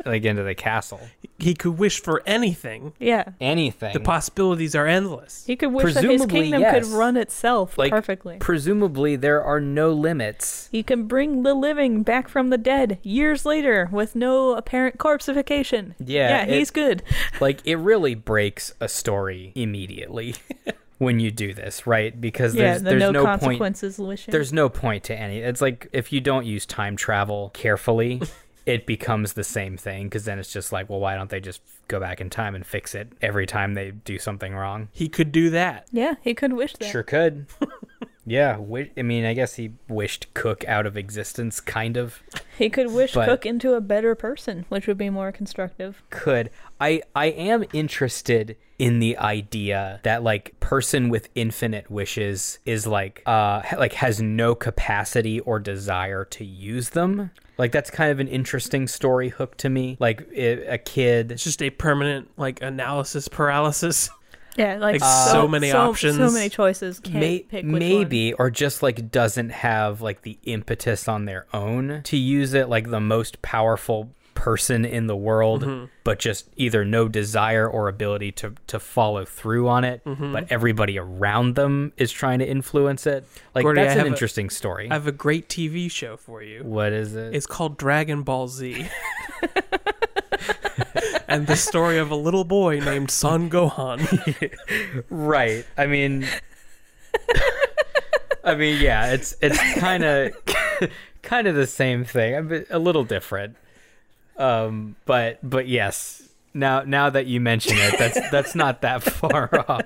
C: like into the castle.
B: He could wish for anything.
A: Yeah.
C: Anything.
B: The possibilities are endless.
A: He could wish that
C: Presumably,
A: his kingdom
C: yes.
A: could run itself
C: like
A: perfectly.
C: Presumably, there are no limits.
A: he can bring the living back from the dead years later with no apparent corpseification.
C: Yeah,
A: Yeah,
C: it-
A: he's good.
C: like it really breaks a story immediately when you do this, right? Because
A: yeah,
C: there's
A: the
C: there's
A: no,
C: no, point
A: consequences wishing.
C: there's no point to any. It's like if you don't use time travel carefully, it becomes the same thing because then it's just like, well, why don't they just go back in time and fix it every time they do something wrong?
B: He could do that.
A: yeah, he could wish that.
C: Sure could. yeah, wi- I mean, I guess he wished Cook out of existence, kind of.
A: He could wish
C: But-
A: Cook into a better person, which would be more constructive.
C: could i i am interested in the idea that like person with infinite wishes is like uh ha- like has no capacity or desire to use them like that's kind of an interesting story hook to me like i- a kid
B: It's just a permanent, like, analysis paralysis.
A: Yeah, like,
B: Like, so many
A: so
B: options.
A: many choices. Can't
C: may-
A: pick which one.
C: maybe or just like doesn't have like the impetus on their own to use it like the most powerful person in the world
B: Mm-hmm.
C: but just either no desire or ability to to follow through on it
B: Mm-hmm.
C: but everybody around them is trying to influence it like
B: Gordy,
C: that's
B: I
C: an
B: have a-
C: interesting story
B: I have a great TV show for you.
C: what is it
B: It's called Dragon Ball Z. and the story of a little boy named Son Gohan.
C: right i mean i mean yeah it's it's kind of kind of the same thing a, bit, a little different um but but yes now now that you mention it that's that's not that far off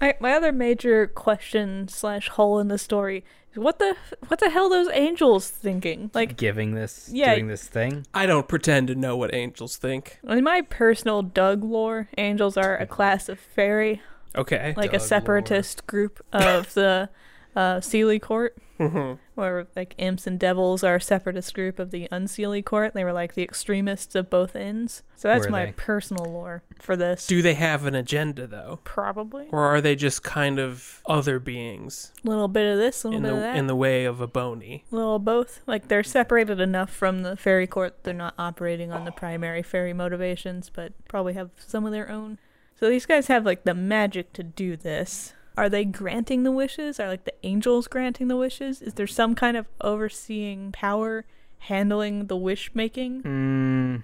A: All right, my other major question slash hole in the story is what the what the hell those angels thinking? Like,
C: giving this
A: Yeah.
C: doing this thing
B: I don't pretend to know what angels think.
A: in my personal Doug lore, angels are a class of fairy,
B: Okay.
A: like a separatist group of the uh, Sealy Court.
B: Mm-hmm.
A: Where like imps and devils are a separatist group of the unseelie court. They were like the extremists of both ends. So that's
C: Were
A: my
C: they?
A: personal lore for this.
B: Do they have an agenda, though?
A: Probably.
B: Or are they just kind of other beings
A: little bit of this, little
B: in
A: bit of
B: the
A: that,
B: in the way of a bony?
A: little of both. Like they're separated enough from the fairy court, they're not operating on the primary fairy motivations, but probably have some of their own. So these guys have like the magic to do this. Are they granting the wishes? Are like the angels granting the wishes? Is there some kind of overseeing power handling the wish making?
C: mm,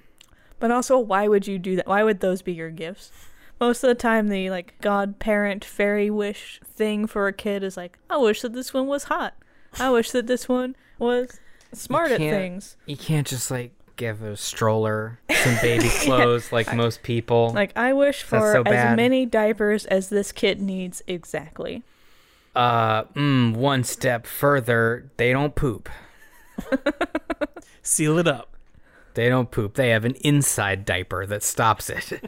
A: But also, why would you do that? Why would those be your gifts? Most of the time, the like godparent fairy wish thing for a kid is like, I wish that this one was hot. I wish that this one was smart at
C: can't-
A: things.
C: you can't just like give a stroller some baby clothes like most people
A: Like, I wish
C: That's
A: for
C: so
A: as
C: bad.
A: many diapers as this kid needs exactly.
C: Uh, mm, one step further, they don't poop.
B: Seal it up.
C: They don't poop. They have an inside diaper that stops it.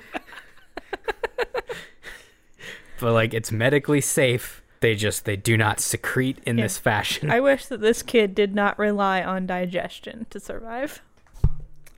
C: but like it's medically safe. They just they do not secrete in this fashion. I
A: I wish that this kid did not rely on digestion to survive.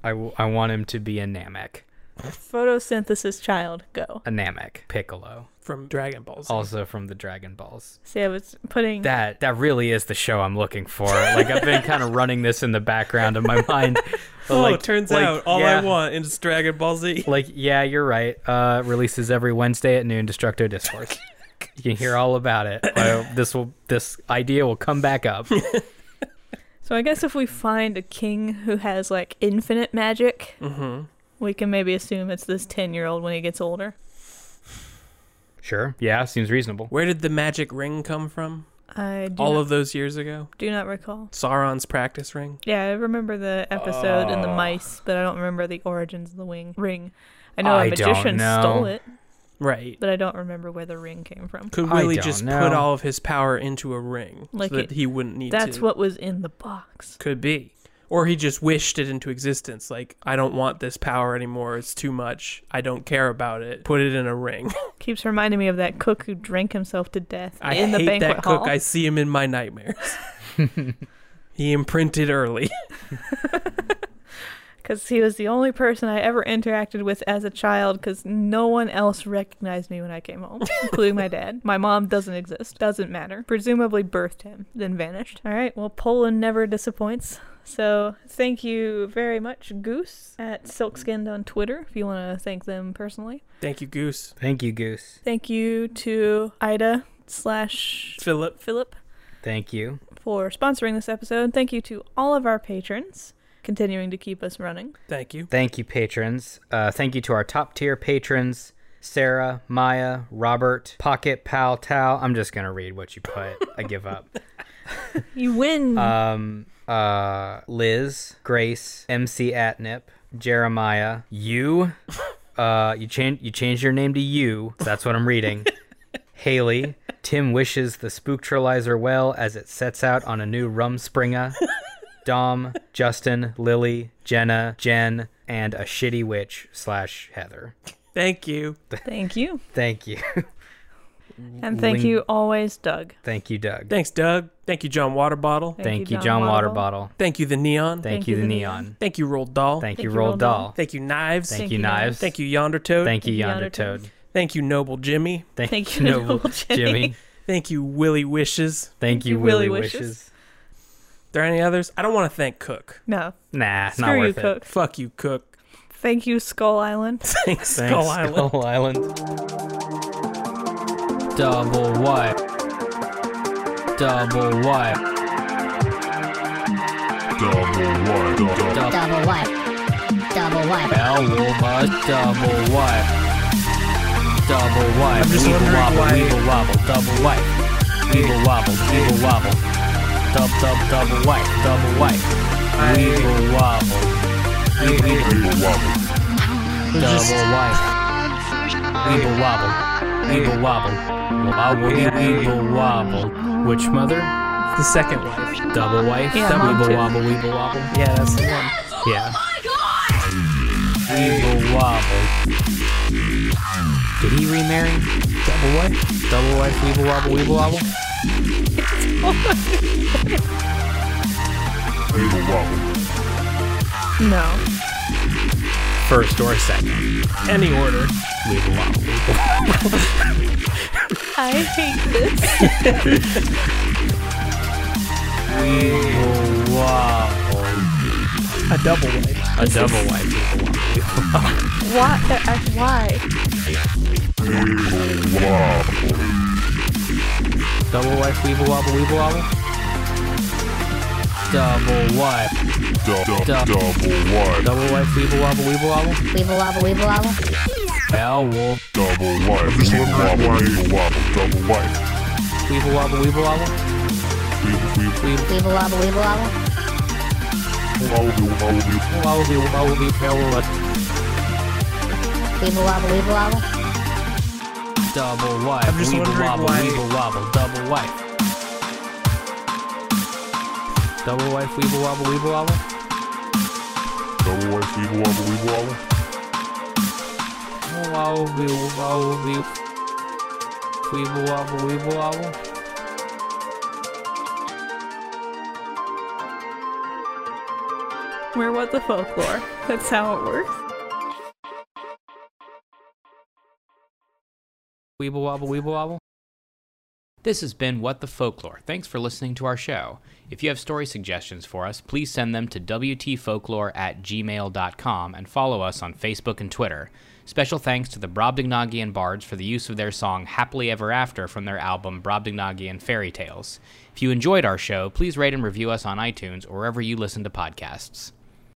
C: I, w- I want him to be a Namek.
A: Photosynthesis child, go.
C: A Namek Piccolo.
B: From Dragon Ball Z.
C: Also from the Dragon Balls.
A: See, I was putting
C: That that really is the show I'm looking for. Like I've been kind of running this in the background of my mind. But,
B: oh,
C: like-
B: turns
C: like,
B: out all
C: yeah.
B: I want is Dragon Ball Z.
C: like yeah you're right uh releases every wednesday at noon destructo discourse you can hear all about it Uh, this will this idea will come back up
A: So I guess if we find a king who has like infinite magic,
C: Mm-hmm.
A: we can maybe assume it's this ten-year-old when he gets older.
C: sure yeah seems reasonable
B: Where did the magic ring come from?
A: I do,
B: all
A: not,
B: of those years ago?
A: do not recall.
B: Sauron's practice ring?
A: Yeah, I remember the episode
C: Uh.
A: and the mice, but I don't remember the origins of the wing ring. I know
C: I
A: a
C: don't
A: magician
C: know.
A: stole it,
B: Right.
A: but I don't remember where the ring came from.
B: Could
C: I
B: Willie
C: don't
B: just
C: know.
B: put all of his power into a ring
A: Like
B: so that
A: it-
B: he wouldn't need
A: That's
B: to?
A: what was in the box.
B: Could be. Or he just wished it into existence. Like, I don't want this power anymore. It's too much. I don't care about it. Put it in a ring.
A: Keeps reminding me of that cook who drank himself to death
B: I
A: in the
B: hate
A: banquet
B: that
A: hall.
B: cook. I see him in my nightmares. he imprinted early.
A: because he was the only person I ever interacted with as a child. Because no one else recognized me when I came home, including my dad. My mom doesn't exist. Doesn't matter. Presumably birthed him, then vanished. All right. Well, Poland never disappoints. So thank you very much, Goose at Silkskinned on Twitter. If you want to thank them personally.
B: Thank you, Goose.
C: thank you goose
A: Thank you to Ida slash
B: Philip.
A: Philip
C: thank you
A: for sponsoring this episode. Thank you to all of our patrons continuing to keep us running.
B: Thank you.
C: thank you patrons uh thank you to our top tier patrons sarah maya robert pocket pal tal i'm just gonna read what you put i give up
A: You win.
C: um uh liz grace mc atnip jeremiah you uh you change you change your name to you so that's what i'm reading haley tim wishes the spooktralizer well as it sets out on a new rumspringa dom justin lily jenna jen and a shitty witch slash heather
B: Thank you.
A: thank you.
C: thank you
A: And thank
C: Wing-
A: you always, Doug.
C: thank you doug thank,
B: Thanks, Doug. Thank you, John Waterbottle.
C: you john, waterbottle,
B: Thank you, The Neon.
C: Thank, you, the neon,
B: Thank you, Rolled Doll.
C: Thank, you roll doll
B: Thank you, Knives.
C: thank, you knives
B: Thank you, Yonder Toad.
C: Thank you,
A: Thank you,
C: Yonder
A: Yonder Toad.
C: Toad.
B: Thank you, Noble Jimmy.
C: Thank,
A: Thank
C: you,
A: you,
C: Noble
A: Noble
C: Jimmy.
A: Jimmy.
B: Thank you, Willie Wishes.
C: Thank you,
A: you,
C: Willy
A: Willy
C: Wishes.
A: Wishes.
B: There any others? I don't want to thank Cook.
A: No,
C: Nah,
A: screw
C: not
A: you,
C: worth it.
A: Cook.
B: Fuck you, Cook.
A: Thank you, Skull Island.
B: Thanks,
C: Thanks,
B: Skull Island.
C: Skull Island.
D: Double wipe. Double wipe. Double wipe.
E: Double wipe. Double wipe.
D: Double wipe. Double wipe. Double wipe.
B: I'm just
D: Weeble
B: wondering
D: wobble,
B: why-
D: weeble wobble, double wipe. Weeble wobble, weeble wobble. Dub dub double wipe, double wipe. Weeble wobble. Weeble weeble wobble. Double wipe. Weeble wobble. Weeble wobble. Wobble weeble wobble.
C: Which mother?
B: The second wife.
C: Double wife.
A: Yeah, mom
C: Weeble
A: too.
C: wobble, weeble wobble.
B: Yeah, that's the one.
C: Yeah.
D: Weeble wobble.
C: Did he remarry? Double wife. Double wife. Weeble wobble, weeble wobble.
A: No.
C: First or second.
B: Any order.
C: Weeble wobble. Weeble.
A: I hate this.
D: Weeble wobble.
B: A double wife.
C: A double wife. Weeble wobble.
A: Why? uh, Why?
C: Double wife. Weeble wobble, weeble wobble.
D: Double wipe. Double
C: Double wife. Weeble wobble, weeble wobble.
E: Weeble wobble, weeble wobble.
D: Double
F: Double wife, weeble wobble, weeble wobble, double wife.
C: Weeble wobble, weeble wobble.
F: Weeble, weeble,
E: Weeble wobble, weeble wobble.
F: wobble, weeble, wobble, weeble.
C: Wobble, weeble wobble, weeble wobble.
E: Weeble wobble, weeble wobble.
G: double wife.
B: I'm just
G: weeble
B: wondering
G: wobble,
B: why-
G: weeble wobble, double wife. Double wife, weeble wobble, weeble wobble.
F: Double wife, weeble wobble, weeble wobble.
G: Weeble wobble, weeble wobble, weeble weeble wobble, weeble wobble.
A: We're what the folklore. That's how it works.
G: Weeble wobble, weeble wobble.
C: This has been What the Folklore. Thanks for listening to our show. If you have story suggestions for us, please send them to WTFolklore at gmail.com and follow us on Facebook and Twitter. Special thanks to the Brobdingnagian Bards for the use of their song Happily Ever After from their album Brobdingnagian Fairy Tales. If you enjoyed our show, please rate and review us on iTunes or wherever you listen to podcasts.